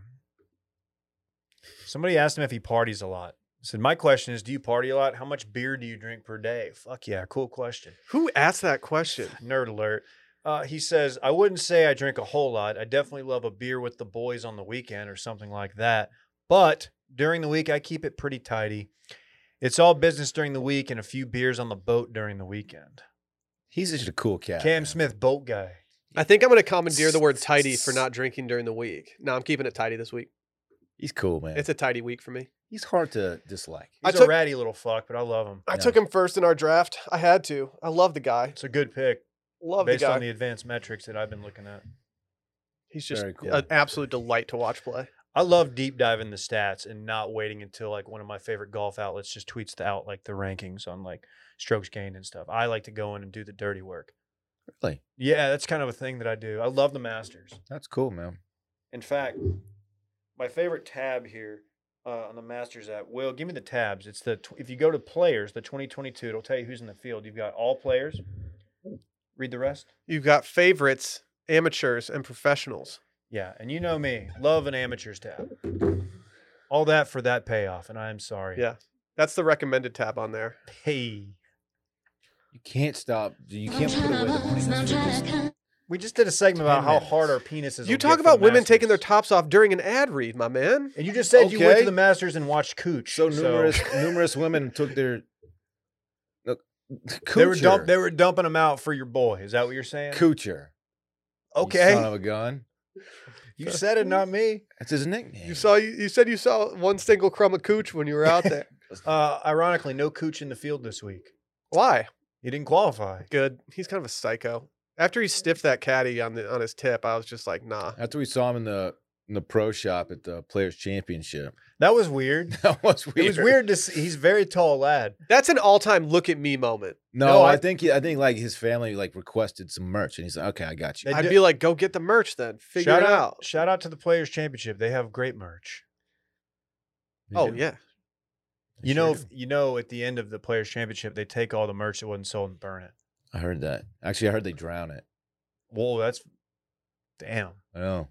Speaker 2: somebody asked him if he parties a lot. I said, "My question is, do you party a lot? How much beer do you drink per day?" Fuck yeah, cool question.
Speaker 1: Who asked that question?
Speaker 2: Nerd alert. Uh, he says, "I wouldn't say I drink a whole lot. I definitely love a beer with the boys on the weekend or something like that. But during the week, I keep it pretty tidy. It's all business during the week and a few beers on the boat during the weekend."
Speaker 3: He's just a cool cat.
Speaker 2: Cam
Speaker 3: man.
Speaker 2: Smith, boat guy.
Speaker 1: I think I'm going to commandeer the word [LAUGHS] tidy for not drinking during the week. No, I'm keeping it tidy this week.
Speaker 3: He's cool, man.
Speaker 1: It's a tidy week for me.
Speaker 3: He's hard to dislike.
Speaker 1: I
Speaker 2: He's a
Speaker 1: took-
Speaker 2: ratty little fuck, but I love him.
Speaker 1: I
Speaker 3: Yeah.
Speaker 1: took him first in our draft. I had to. I love the guy.
Speaker 2: It's a good pick
Speaker 1: Love
Speaker 2: based
Speaker 1: the guy.
Speaker 2: on the advanced metrics that I've been looking at.
Speaker 1: He's just
Speaker 3: Very cool.
Speaker 1: an absolute delight to watch play.
Speaker 2: I love deep diving the stats and not waiting until like one of my favorite golf outlets just tweets the out like the rankings on like strokes gained and stuff. I like to go in and do the dirty work.
Speaker 3: Really?
Speaker 2: Yeah, that's kind of a thing that I do. I love the Masters.
Speaker 3: That's cool, man.
Speaker 2: In fact, my favorite tab here uh, on the Masters app. Will, give me the tabs. It's the tw- if you go to players, the 2022, it'll tell you who's in the field. You've got all players. Read the rest.
Speaker 1: You've got favorites, amateurs, and professionals.
Speaker 2: Yeah, and you know me, love an amateurs tab. All that for that payoff, and I'm sorry.
Speaker 1: Yeah. That's the recommended tab on there.
Speaker 2: Hey,
Speaker 3: You can't stop. You can't put away the horniness. for this.
Speaker 2: we just did a segment about
Speaker 3: 10
Speaker 2: how
Speaker 3: minutes.
Speaker 2: hard our penises.
Speaker 1: You
Speaker 2: will
Speaker 1: talk
Speaker 2: get for the
Speaker 1: about women taking their
Speaker 2: Masters.
Speaker 1: tops off during an ad read, my man.
Speaker 2: And you just said you went
Speaker 3: Okay.
Speaker 2: to the Masters and watched Cooch.
Speaker 3: So
Speaker 2: [LAUGHS]
Speaker 3: numerous, numerous women took their. Look,
Speaker 2: They were dump,
Speaker 3: coocher.
Speaker 2: They were dumping them out for your boy. Is that what you're saying?
Speaker 3: Coocher. you
Speaker 2: Okay.
Speaker 3: son of a gun.
Speaker 2: You said it, not me.
Speaker 3: That's his nickname.
Speaker 1: You saw you, you said you saw one single crumb of cooch when you were out
Speaker 2: [LAUGHS]
Speaker 1: there.
Speaker 2: Uh, ironically, no Cooch in the field this week.
Speaker 1: Why?
Speaker 2: He didn't qualify.
Speaker 1: Good. He's kind of a psycho. After he stiffed that caddy on the on his tip, I was just like, nah.
Speaker 3: After we saw him in the in the pro shop at the Players Championship, [LAUGHS]
Speaker 2: That was weird.
Speaker 3: that was [LAUGHS] weird.
Speaker 2: It was weird to see. He's a very tall lad.
Speaker 1: That's an all time look at me moment.
Speaker 3: No,
Speaker 2: No,
Speaker 3: I,
Speaker 2: I-
Speaker 3: think he, I think like his family like requested some merch, and he's like, "Okay, I got you."
Speaker 2: They
Speaker 1: I'd
Speaker 2: do-
Speaker 1: be like, go get the merch then. Figure
Speaker 2: shout
Speaker 1: it out.
Speaker 2: Shout out to the Players Championship. They have great merch.
Speaker 1: Oh yeah.
Speaker 3: They
Speaker 2: You know,
Speaker 3: sure do.
Speaker 2: you know, at the end of the Players Championship, they take all the merch that wasn't sold and burn it.
Speaker 3: I heard that. Actually, I heard they drown it.
Speaker 2: Whoa, that's damn.
Speaker 3: I know,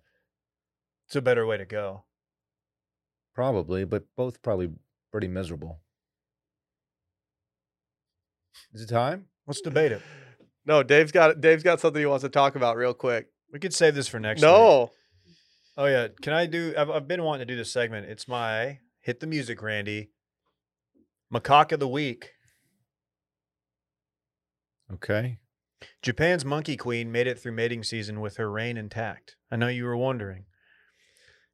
Speaker 2: It's a better way to go.
Speaker 3: probably, but both probably pretty miserable. Is it time?
Speaker 2: Let's debate it.
Speaker 1: No, Dave's got Dave's got something he wants to talk about real quick.
Speaker 2: We could save this for next. week.
Speaker 1: no.
Speaker 2: Oh yeah. Can I do? I've, I've been wanting to do this segment. It's my hit the music, Randy. Macaque of the week.
Speaker 3: Okay.
Speaker 2: Japan's monkey queen made it through mating season with her reign intact. I know you were wondering.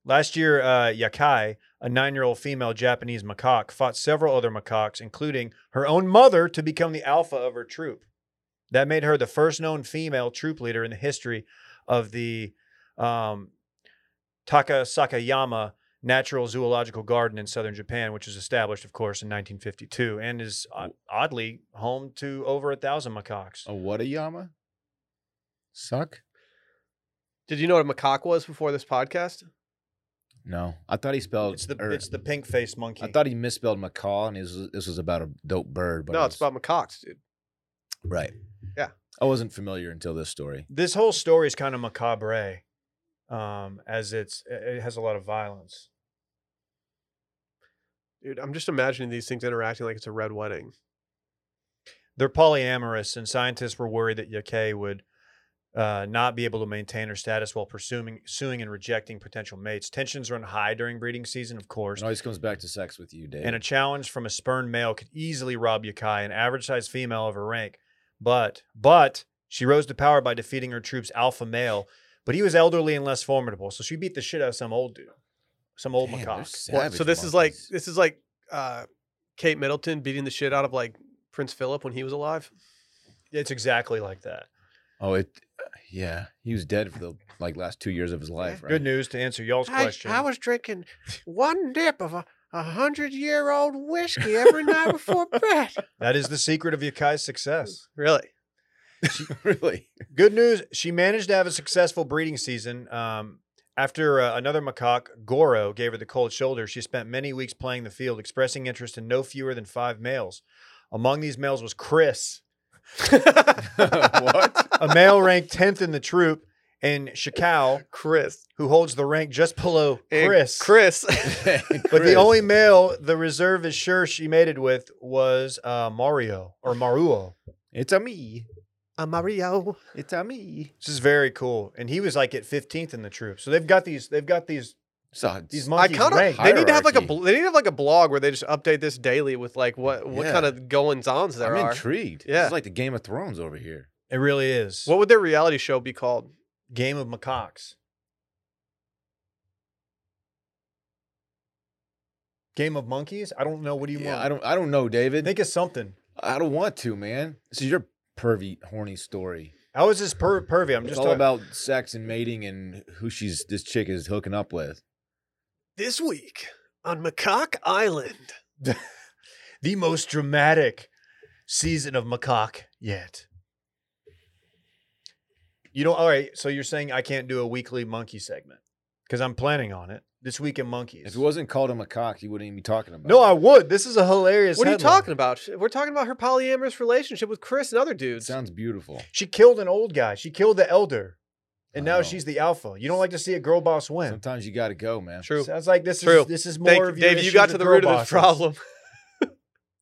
Speaker 2: Last year, uh, Yakai, a nine year old female Japanese macaque, fought several other macaques, including her own mother, to become the alpha of her troop. That made her the first known female troop leader in the history of the um, Takasakayama Natural Zoological Garden in southern Japan, which was established, of course, in 1952 and is uh, oddly home to over a thousand macaques.
Speaker 3: A what a yama? Suck?
Speaker 1: Did you know what a macaque was before this podcast?
Speaker 3: No, I thought he spelled.
Speaker 2: It's the
Speaker 3: or-
Speaker 2: it's the pink faced monkey.
Speaker 3: I thought he misspelled macaw, and he was, this was about a dope bird. But
Speaker 1: no,
Speaker 3: I
Speaker 1: it's
Speaker 3: was-
Speaker 1: about macaques, dude.
Speaker 3: right.
Speaker 1: Yeah.
Speaker 3: I wasn't familiar until this story.
Speaker 2: this whole story is kind of macabre, um, as it's it it has a lot of violence.
Speaker 1: Dude, I'm just imagining these things interacting like it's a red wedding.
Speaker 2: They're polyamorous, and scientists were worried that Yake would uh, not be able to maintain her status while pursuing, suing and rejecting potential mates. Tensions run high during breeding season, of
Speaker 3: It
Speaker 2: course,
Speaker 3: always comes back to sex with you, Dave.
Speaker 2: and a challenge from a spurned male could easily rob Yakai, an average sized female, of her rank. But but she rose to power by defeating her troop's alpha male, but he was elderly and less formidable, so she beat the shit out of some old dude, some old
Speaker 3: Damn, they're
Speaker 2: macaque.
Speaker 1: Well,
Speaker 3: savage
Speaker 1: so this is like
Speaker 3: monkeys.
Speaker 1: this is like uh, Kate Middleton beating the shit out of like Prince Philip when he was alive.
Speaker 2: It's exactly like that.
Speaker 3: Oh, it. Yeah, he was dead for the like last two years of his life. Right?
Speaker 2: Good news to answer y'all's question.
Speaker 1: was drinking one dip of a, a hundred year old whiskey every night before [LAUGHS] bed.
Speaker 2: that is the secret of Yakai's success.
Speaker 1: [LAUGHS] Really?
Speaker 3: [LAUGHS]
Speaker 2: [LAUGHS]
Speaker 3: really.
Speaker 2: Good news, she managed to have a successful breeding season. Um, after uh, another macaque, Goro, gave her the cold shoulder, she spent many weeks playing the field, expressing interest in no fewer than five males. Among these males was Chris,
Speaker 3: [LAUGHS] What?
Speaker 2: a
Speaker 1: [LAUGHS]
Speaker 2: male ranked 10th in the troop, and Shakao,
Speaker 1: Chris.
Speaker 2: who holds the rank just below
Speaker 1: And
Speaker 2: Chris.
Speaker 1: Chris. [LAUGHS]
Speaker 2: But the only male the reserve is sure she mated with was uh, Mario or Maruo.
Speaker 3: It's a me.
Speaker 1: i Mario.
Speaker 3: It's a me.
Speaker 2: This is very cool. And he was like at 15th in the troop. So they've got these, they've got these,
Speaker 3: So
Speaker 2: these
Speaker 1: I
Speaker 2: monkeys
Speaker 1: kind of.
Speaker 2: ranked.
Speaker 1: They need to have like a.
Speaker 3: Hierarchy.
Speaker 1: bl- They need to have like a blog where they just update this daily with like what what
Speaker 3: Yeah.
Speaker 1: kind of goings ons there
Speaker 3: I'm
Speaker 1: are.
Speaker 3: intrigued.
Speaker 1: Yeah.
Speaker 3: This is like the Game of Thrones over here.
Speaker 2: It really is.
Speaker 1: What would their reality show be called?
Speaker 2: Game of macaques. Game of Monkeys. I don't know. What do you
Speaker 3: yeah,
Speaker 2: want?
Speaker 3: I don't. I don't know, David.
Speaker 2: think it's something.
Speaker 3: I don't want to, man. This is your pervy, horny story.
Speaker 2: How is this per- pervy? I'm
Speaker 3: it's
Speaker 2: just
Speaker 3: all
Speaker 2: talking-
Speaker 3: about sex and mating and who she's this chick is hooking up with.
Speaker 1: This week on Macaque Island.
Speaker 2: the most dramatic season of Macaque yet. You know, all right. So you're saying I can't do a weekly monkey segment because I'm planning on it this week in monkeys.
Speaker 3: If it wasn't called him a cock, you wouldn't even be talking about.
Speaker 2: no,
Speaker 3: it.
Speaker 2: I would. This is a hilarious.
Speaker 1: what are you
Speaker 2: headline.
Speaker 1: talking about? We're talking about her polyamorous relationship with Chris and other
Speaker 3: It
Speaker 1: dudes.
Speaker 3: sounds beautiful.
Speaker 2: She killed an old guy. She killed the elder, and
Speaker 3: I
Speaker 2: now
Speaker 3: know.
Speaker 2: she's the alpha. You don't like to see a girl boss win.
Speaker 3: Sometimes you got to go, man.
Speaker 1: True.
Speaker 2: Sounds like this
Speaker 1: True.
Speaker 2: is this is more
Speaker 1: Thank,
Speaker 2: of your
Speaker 1: Dave, you
Speaker 2: issues
Speaker 1: got to
Speaker 2: with
Speaker 1: the
Speaker 2: girl
Speaker 1: root of this
Speaker 2: bosses.
Speaker 1: problem.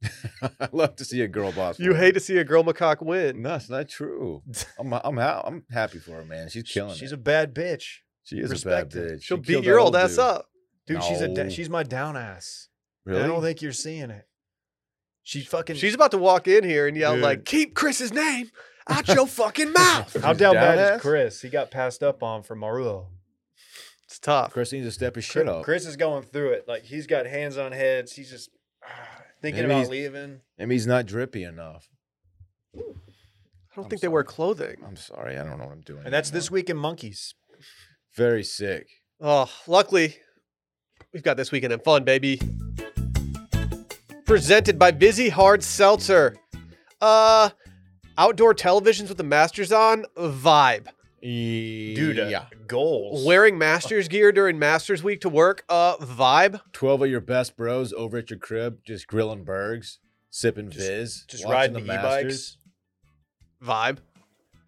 Speaker 3: [LAUGHS] I love to see a girl boss.
Speaker 1: You
Speaker 3: win.
Speaker 1: hate to see a girl macaque win.
Speaker 3: No, it's not
Speaker 2: [LAUGHS]
Speaker 3: true. I'm I'm ha- I'm happy for her, man. She's killing
Speaker 2: She's
Speaker 3: it.
Speaker 2: a bad bitch,
Speaker 3: she is a bad
Speaker 2: respect it.
Speaker 3: bitch.
Speaker 1: She'll
Speaker 3: She
Speaker 1: beat
Speaker 3: killed
Speaker 1: your
Speaker 3: that
Speaker 1: old ass
Speaker 3: dude.
Speaker 1: up.
Speaker 2: dude. She's a da-
Speaker 3: No.
Speaker 2: she's my down ass. And
Speaker 3: Really?
Speaker 2: I don't think you're seeing it. She fucking
Speaker 1: She's about to walk in here and yell
Speaker 2: Dude.
Speaker 1: like, "Keep Chris's name out
Speaker 3: [LAUGHS]
Speaker 1: your fucking mouth."
Speaker 2: How
Speaker 3: She's down
Speaker 2: down, bad
Speaker 3: ass?
Speaker 2: is Chris? He got passed up on from Maruo.
Speaker 1: It's tough.
Speaker 3: Chris needs to step his
Speaker 2: Chris,
Speaker 3: shit up.
Speaker 2: Chris is going through it. Like he's got hands on heads. He's just [SIGHS] ah, thinking
Speaker 3: Maybe
Speaker 2: about
Speaker 3: he's-
Speaker 2: leaving.
Speaker 3: Maybe he's not drippy enough.
Speaker 1: I don't
Speaker 3: I'm
Speaker 1: think they wear
Speaker 3: sorry.
Speaker 1: clothing.
Speaker 3: I'm sorry. I don't know what I'm doing.
Speaker 2: And that's this
Speaker 3: anymore.
Speaker 2: week in monkeys.
Speaker 3: Very sick.
Speaker 1: Oh, luckily, we've got this weekend in fun, baby. Presented by Busy Hard Seltzer. Uh, outdoor televisions with the Masters on vibe.
Speaker 2: Dude, uh,
Speaker 3: Dude,
Speaker 2: yeah. goals.
Speaker 1: Wearing Masters gear during Masters week to work. Uh, vibe.
Speaker 3: 12 of your best bros over at your crib, just grilling burgs, sipping
Speaker 2: Just-
Speaker 3: viz,
Speaker 2: just
Speaker 3: watching
Speaker 2: riding the
Speaker 3: Masters.
Speaker 2: e-bikes.
Speaker 1: Vibe.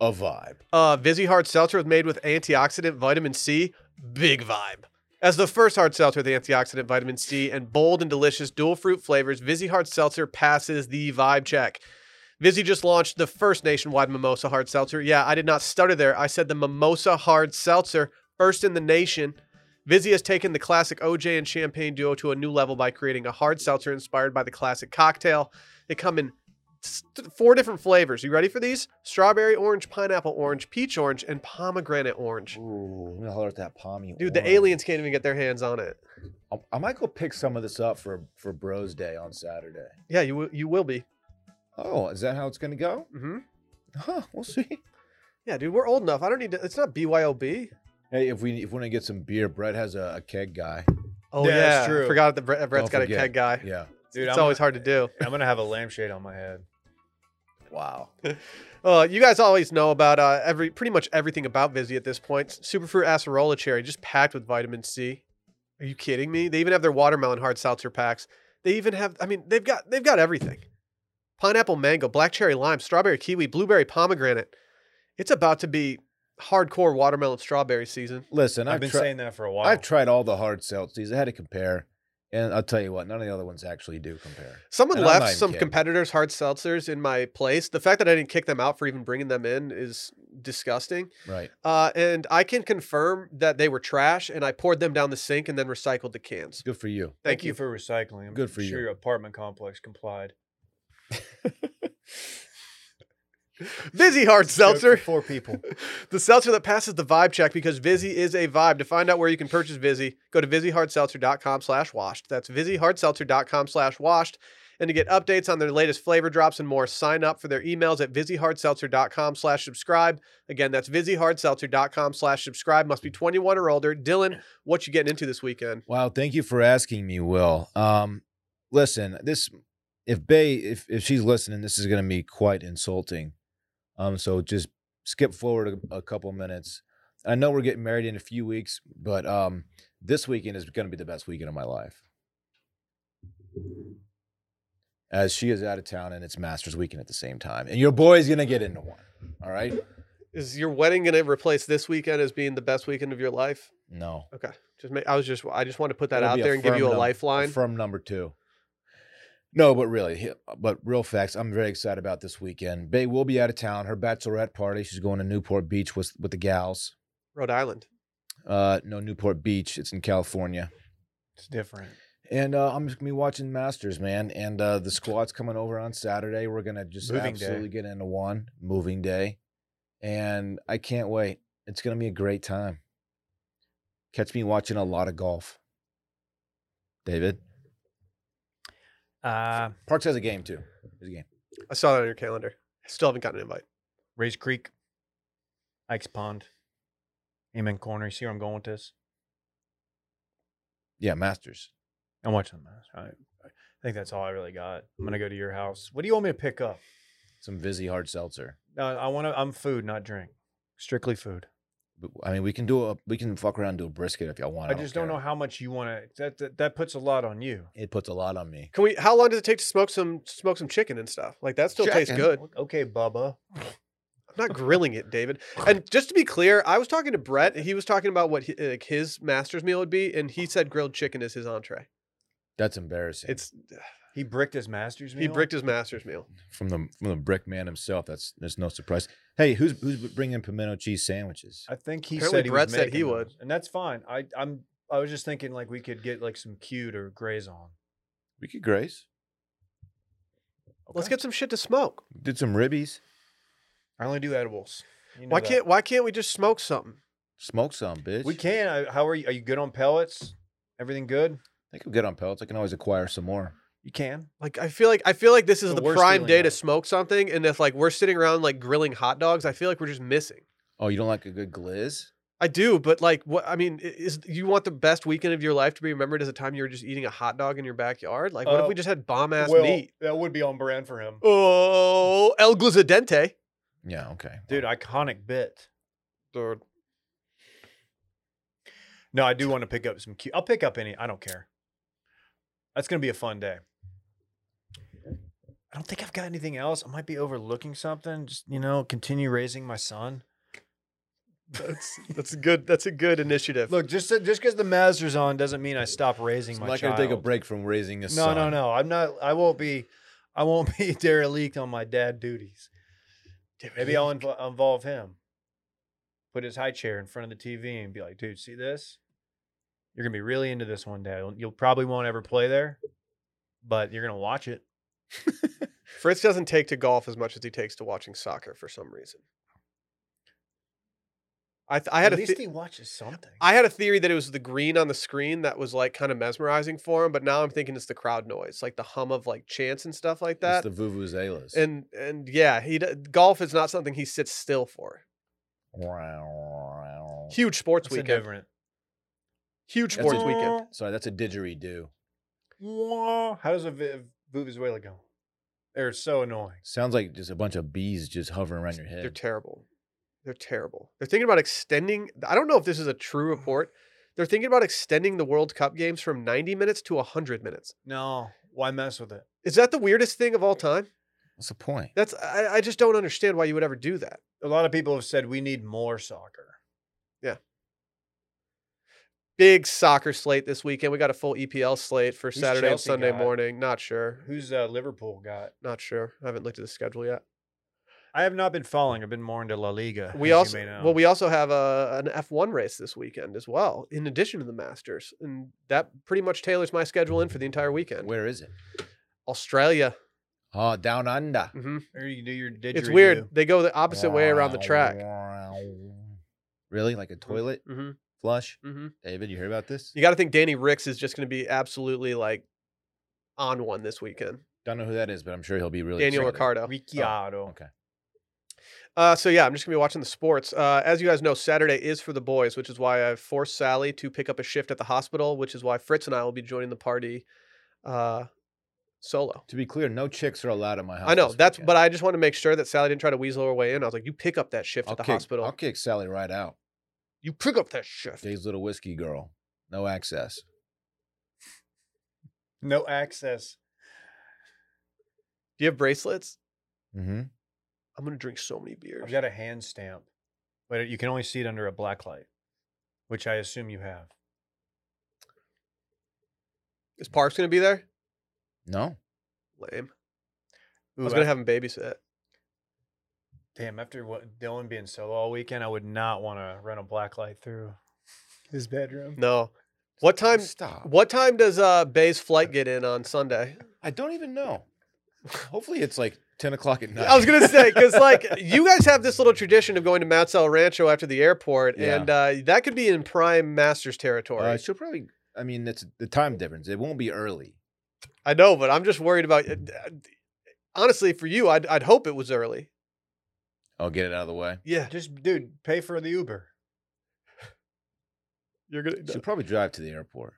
Speaker 3: A vibe.
Speaker 1: Uh, Vizzy Hard Seltzer was made with antioxidant vitamin C. Big vibe. As the first hard seltzer with antioxidant vitamin C and bold and delicious dual fruit flavors, Vizzy Hard Seltzer passes the vibe check. Vizzy just launched the first nationwide mimosa hard seltzer. Yeah, I did not stutter there. I said the mimosa hard seltzer, first in the nation. Vizzy has taken the classic OJ and champagne duo to a new level by creating a hard seltzer inspired by the classic cocktail. They come in s- four different flavors. You ready for these? Strawberry orange, pineapple orange, peach orange, and pomegranate orange.
Speaker 3: Ooh, I'm gonna holler at that pommy.
Speaker 1: Dude, the
Speaker 3: orange.
Speaker 1: aliens can't even get their hands on it.
Speaker 3: I, I might go pick some of this up for for Bros Day on Saturday.
Speaker 1: Yeah, you wi- you will be.
Speaker 3: Oh, is that how it's gonna go?
Speaker 2: Mm-hmm.
Speaker 1: hmm
Speaker 3: Huh, we'll see.
Speaker 1: Yeah, dude, we're old enough. I don't need to. It's not BYOB.
Speaker 3: Hey, if we if we want to get some beer, Brett has a, a keg guy.
Speaker 1: Oh
Speaker 2: Yeah,
Speaker 1: yeah,
Speaker 2: that's
Speaker 1: I
Speaker 2: true.
Speaker 1: forgot that Brett, Brett's
Speaker 3: Don't
Speaker 1: got a
Speaker 3: forget.
Speaker 1: keg guy.
Speaker 3: Yeah.
Speaker 2: Dude,
Speaker 1: it's
Speaker 2: I'm
Speaker 1: always
Speaker 2: gonna-
Speaker 1: hard to do.
Speaker 2: I'm gonna have a lampshade on my head.
Speaker 3: Wow.
Speaker 1: Uh, you guys always know about uh, every pretty much everything about Vizzy at this point. Superfruit acerola cherry, just packed with vitamin C. Are you kidding me? They even have their watermelon hard seltzer packs. They even have, I mean, they've got they've got everything: pineapple, mango, black cherry, lime, strawberry, kiwi, blueberry, pomegranate. It's about to be hardcore watermelon strawberry season.
Speaker 3: Listen,
Speaker 2: I've
Speaker 3: I've,
Speaker 2: been
Speaker 3: tri-
Speaker 2: saying that for a while.
Speaker 3: I've tried all the hard seltzies. I had to compare, and I'll tell you what, none of the other ones actually do compare.
Speaker 1: Someone
Speaker 3: And I'm not
Speaker 1: left
Speaker 3: even
Speaker 1: some
Speaker 3: kidding.
Speaker 1: competitors' hard seltzers in my place. The fact that I didn't kick them out for even bringing them in is disgusting.
Speaker 3: Right.
Speaker 1: Uh, and I can confirm that they were trash, and I poured them down the sink and then recycled the cans.
Speaker 3: Good for you.
Speaker 1: Thank, you.
Speaker 2: for recycling. I'm
Speaker 3: Good for
Speaker 2: sure
Speaker 3: you.
Speaker 2: Your apartment complex complied.
Speaker 1: Vizzy Hard
Speaker 2: Joke
Speaker 1: Seltzer,
Speaker 2: for Four people.
Speaker 1: [LAUGHS] the seltzer that passes the vibe check because Vizzy is a vibe. To find out where you can purchase Vizzy, go to VizzyHardSeltzer.com slash washed. That's VizzyHardSeltzer.com slash washed. And to get updates on their latest flavor drops and more, sign up for their emails at VizzyHardSeltzer.com slash subscribe. Again, that's VizzyHardSeltzer.com slash subscribe. Must be 21 or older. Dylan, what you getting into this weekend?
Speaker 3: Wow, thank you for asking me, Will. Um, listen, this if Bay if if she's listening, this is going to be quite insulting. Um, so just skip forward a, a couple minutes. I know we're getting married in a few weeks, but um, this weekend is going to be the best weekend of my life. As she is out of town and it's Masters weekend at the same time, and your boy's going to get into one. All right?
Speaker 1: Is your wedding going to replace this weekend as being the best weekend of your life?
Speaker 3: No.
Speaker 1: Okay. Just make, I was just I just wanted to put that
Speaker 3: It'll
Speaker 1: out
Speaker 3: be
Speaker 1: there and give
Speaker 3: firm
Speaker 1: you a
Speaker 3: num-
Speaker 1: lifeline.
Speaker 3: From number two. No, but really, he- but real facts. I'm very excited about this weekend. Bay will be out of town. Her bachelorette party. She's going to Newport Beach with with the gals.
Speaker 1: Rhode Island.
Speaker 3: Uh, no Newport Beach. It's in California.
Speaker 2: It's different.
Speaker 3: And uh, I'm just gonna be watching Masters, man. And uh, the squad's coming over on Saturday. We're gonna just
Speaker 2: Moving day.
Speaker 3: absolutely get into one moving day, and I can't wait. It's gonna be a great time. Catch me watching a lot of golf. David,
Speaker 2: Uh,
Speaker 3: Parks has a game too. There's a game.
Speaker 1: I saw that on your calendar. I still haven't gotten an invite.
Speaker 2: Rays Creek, Ike's Pond, Amen Corner. You see where I'm going with this?
Speaker 3: Yeah, Masters.
Speaker 2: I'm watching the Masters. I, I think that's all I really got. I'm gonna go to your house. What do you want me to pick up?
Speaker 3: Some Vizzy hard seltzer.
Speaker 2: Uh, I want to. I'm food, not drink. Strictly food.
Speaker 3: But, I mean, we can do a we can fuck around and do a brisket if y'all want.
Speaker 2: I just don't, know
Speaker 3: care.
Speaker 2: how much you want to. That, that that puts a lot on you.
Speaker 3: It puts a lot on me.
Speaker 1: Can we? How long does it take to smoke some smoke some chicken and stuff? Like that still tastes
Speaker 3: Chicken?
Speaker 1: good.
Speaker 2: Okay, Bubba.
Speaker 1: I'm not grilling it, David. And just to be clear, I was talking to Brett. and He was talking about what hi- like his master's meal would be, and he said grilled chicken is his entree.
Speaker 3: That's embarrassing.
Speaker 1: It's
Speaker 2: He bricked his master's meal.
Speaker 1: he bricked his master's meal.
Speaker 3: from the from the brick man himself. That's there's no surprise. Hey, who's who's bringing pimento cheese sandwiches?
Speaker 2: I think he
Speaker 1: Apparently
Speaker 2: said he
Speaker 1: Brett
Speaker 2: was
Speaker 1: said he
Speaker 2: making
Speaker 1: would.
Speaker 2: those, and that's fine. I I'm I was just thinking like we could get like some cute or grays on.
Speaker 3: We could grace.
Speaker 1: Let's
Speaker 2: Okay.
Speaker 1: get some shit to smoke.
Speaker 3: Did some ribbies.
Speaker 2: I only do edibles. You know
Speaker 1: Why
Speaker 2: that.
Speaker 1: can't Why can't we just smoke something?
Speaker 3: Smoke some, bitch.
Speaker 2: we can? I, how are you? Are you good on pellets? Everything good?
Speaker 3: I think I'm good on pellets. I can always acquire some more.
Speaker 2: You can.
Speaker 1: Like I feel like I feel like this is
Speaker 2: The
Speaker 1: the,
Speaker 2: worst
Speaker 1: prime
Speaker 2: feeling
Speaker 1: day to
Speaker 2: ever.
Speaker 1: smoke something, and if like we're sitting around like grilling hot dogs, I feel like we're just missing.
Speaker 3: Oh, you don't like a good glizz?
Speaker 1: I do, but like, what I mean i- is, you want the best weekend of your life to be remembered as a time you were just eating a hot dog in your backyard? Like, what if
Speaker 2: Uh,
Speaker 1: we just had bomb ass
Speaker 2: Well,
Speaker 1: meat?
Speaker 2: that would be on brand for him.
Speaker 1: Oh, El Glizadente.
Speaker 3: Yeah, okay.
Speaker 2: Dude, iconic bit.
Speaker 1: Dude,
Speaker 2: No, I do want to pick up some cute. I'll pick up any. I don't care. That's gonna be a fun day. I don't think I've got anything else. I might be overlooking something. Just you know, continue raising my son.
Speaker 1: that's
Speaker 2: [LAUGHS]
Speaker 1: that's a good that's a good initiative.
Speaker 2: Look, just just because the Masters on doesn't mean I stop raising
Speaker 3: I'm
Speaker 2: my
Speaker 3: not
Speaker 2: child.
Speaker 3: gonna take a break from raising a
Speaker 2: No,
Speaker 3: son.
Speaker 2: no, no. I'm not. I won't be. I won't [LAUGHS] be derelict on my dad duties. Maybe I'll inv- involve him. Put his high chair in front of the TV and be like, "Dude, see this? You're gonna be really into this one day. You'll- You'll probably won't ever play there, but you're gonna watch it."
Speaker 1: Fritz doesn't take to golf as much as he takes to watching soccer for some reason. I th- I had
Speaker 2: At
Speaker 1: a
Speaker 2: least
Speaker 1: the-
Speaker 2: he watches something.
Speaker 1: I had a theory that it was the green on the screen that was like kind of mesmerizing for him, but now I'm thinking it's the crowd noise, like the hum of like chants and stuff like that.
Speaker 3: It's the vuvuzelas.
Speaker 1: and and yeah, he d- golf is not something he sits still for. Huge sports
Speaker 2: Oh, That's a
Speaker 1: weekend.
Speaker 2: different.
Speaker 1: Huge
Speaker 3: That's a-
Speaker 1: sports weekend.
Speaker 3: Sorry, that's a didgeridoo.
Speaker 2: Wah. How does a vi- vuvuzela go? They're so annoying.
Speaker 3: Sounds like just a bunch of bees just hovering around your
Speaker 1: They're
Speaker 3: head.
Speaker 1: terrible. They're terrible. They're thinking about extending. I don't know if this is a
Speaker 2: [SIGHS]
Speaker 1: true report. They're thinking about extending the World Cup games from 90 minutes to 100 minutes.
Speaker 2: No, why mess with it?
Speaker 1: Is that the weirdest thing of all time?
Speaker 3: What's the point?
Speaker 1: That's I, I just don't understand why you would ever do that.
Speaker 2: A lot of people have said we need more soccer.
Speaker 1: Big soccer slate this weekend. We got a full EPL slate for
Speaker 2: Who's
Speaker 1: Saturday
Speaker 2: Chelsea
Speaker 1: and Sunday
Speaker 2: got?
Speaker 1: morning. Not sure.
Speaker 2: Who's uh, Liverpool got?
Speaker 1: Not sure. I haven't looked at the schedule yet.
Speaker 2: I have not been following. I've been more into La Liga. as
Speaker 1: we
Speaker 2: you
Speaker 1: also
Speaker 2: may know.
Speaker 1: well we also have a, an f1 race this weekend as well in addition to the masters and that pretty much tailors my schedule in for the entire weekend
Speaker 3: Where is it?
Speaker 1: australia
Speaker 3: Oh, down under.
Speaker 1: hmm
Speaker 2: Or you do Ah, your didgeridoo.
Speaker 1: it's weird they go the opposite way around the track
Speaker 3: Really? Like a toilet
Speaker 1: hmm
Speaker 3: flush?
Speaker 1: hmm
Speaker 3: David, you hear about this?
Speaker 1: you got to think danny ricks is just going to be absolutely like on one this weekend
Speaker 3: Don't know who that is, but I'm sure he'll be really
Speaker 1: daniel
Speaker 3: excited.
Speaker 1: ricciardo
Speaker 2: Ricciardo.
Speaker 3: Okay.
Speaker 1: Uh, so yeah, I'm just gonna be watching the sports. Uh, as you guys know, Saturday is for the boys, which is why I forced Sally to pick up a shift at the hospital, which is why Fritz and I will be joining the party uh, solo.
Speaker 3: To be clear, no chicks are allowed at my house.
Speaker 1: I know
Speaker 3: this
Speaker 1: that's,
Speaker 3: weekend.
Speaker 1: but I just want to make sure that Sally didn't try to weasel her way in. I was like, you pick up that shift
Speaker 3: I'll
Speaker 1: at the
Speaker 3: kick,
Speaker 1: hospital.
Speaker 3: I'll kick Sally right out.
Speaker 1: You pick up that shift.
Speaker 3: Dave's little whiskey girl. No access.
Speaker 2: No access.
Speaker 1: Do you have bracelets?
Speaker 3: Mm-hmm.
Speaker 1: I'm gonna drink so
Speaker 3: Oh,
Speaker 1: many
Speaker 2: I've
Speaker 1: beers.
Speaker 2: got a hand stamp, but you can only see it under a black light, which I assume you have.
Speaker 1: Is Parks gonna be there?
Speaker 3: No.
Speaker 1: Lame. I
Speaker 2: Ooh,
Speaker 1: was gonna
Speaker 2: af-
Speaker 1: have him babysit.
Speaker 2: damn, after what Dylan being solo all weekend, I would not want to run a black light through his bedroom.
Speaker 1: No. What time?
Speaker 3: Stop.
Speaker 1: What time does uh, Bay's flight get in on Sunday?
Speaker 3: I don't even know. Hopefully it's like 10 o'clock at night.
Speaker 1: I was gonna say
Speaker 3: [LAUGHS]
Speaker 1: because like you guys have this little tradition of going to Mount Sal Rancho after the airport,
Speaker 3: Yeah.
Speaker 1: and uh, that could be in prime Masters territory.
Speaker 3: Uh, she'll probably, I mean, it's the time difference. It won't be early.
Speaker 1: I know, but I'm just worried about. uh, Honestly, for you, I'd, I'd hope it was early.
Speaker 3: I'll get it out of the way.
Speaker 1: Yeah,
Speaker 2: Just dude, pay for the Uber.
Speaker 1: you're gonna.
Speaker 3: She'll probably drive to the airport.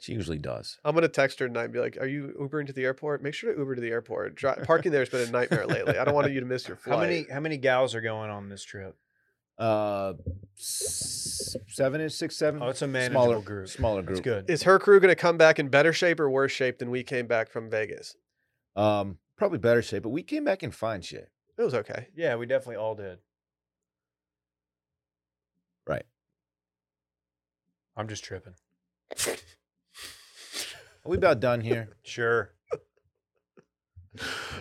Speaker 3: She usually does.
Speaker 1: I'm gonna text her tonight and be like, "Are you Ubering to the airport? Make sure to Uber to the airport. [LAUGHS] Dri- parking there has been a nightmare lately. I don't want you to miss your flight."
Speaker 2: How many how many gals are going on this trip?
Speaker 3: Uh, s- seven ish, six, seven.
Speaker 2: Oh, it's a manageable
Speaker 3: smaller
Speaker 2: group.
Speaker 3: Smaller
Speaker 2: It's
Speaker 3: group.
Speaker 2: good.
Speaker 1: Is her crew gonna come back in better shape or worse shape than we came back from Vegas?
Speaker 3: Um, probably better shape, but we came back in fine shape.
Speaker 1: It was [LAUGHS] okay.
Speaker 2: yeah, we definitely all did.
Speaker 3: Right.
Speaker 2: I'm just tripping.
Speaker 3: Are we about done
Speaker 2: [LAUGHS]
Speaker 3: here?
Speaker 2: Sure.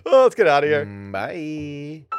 Speaker 1: Oh, let's get out of here.
Speaker 3: Mm, Bye.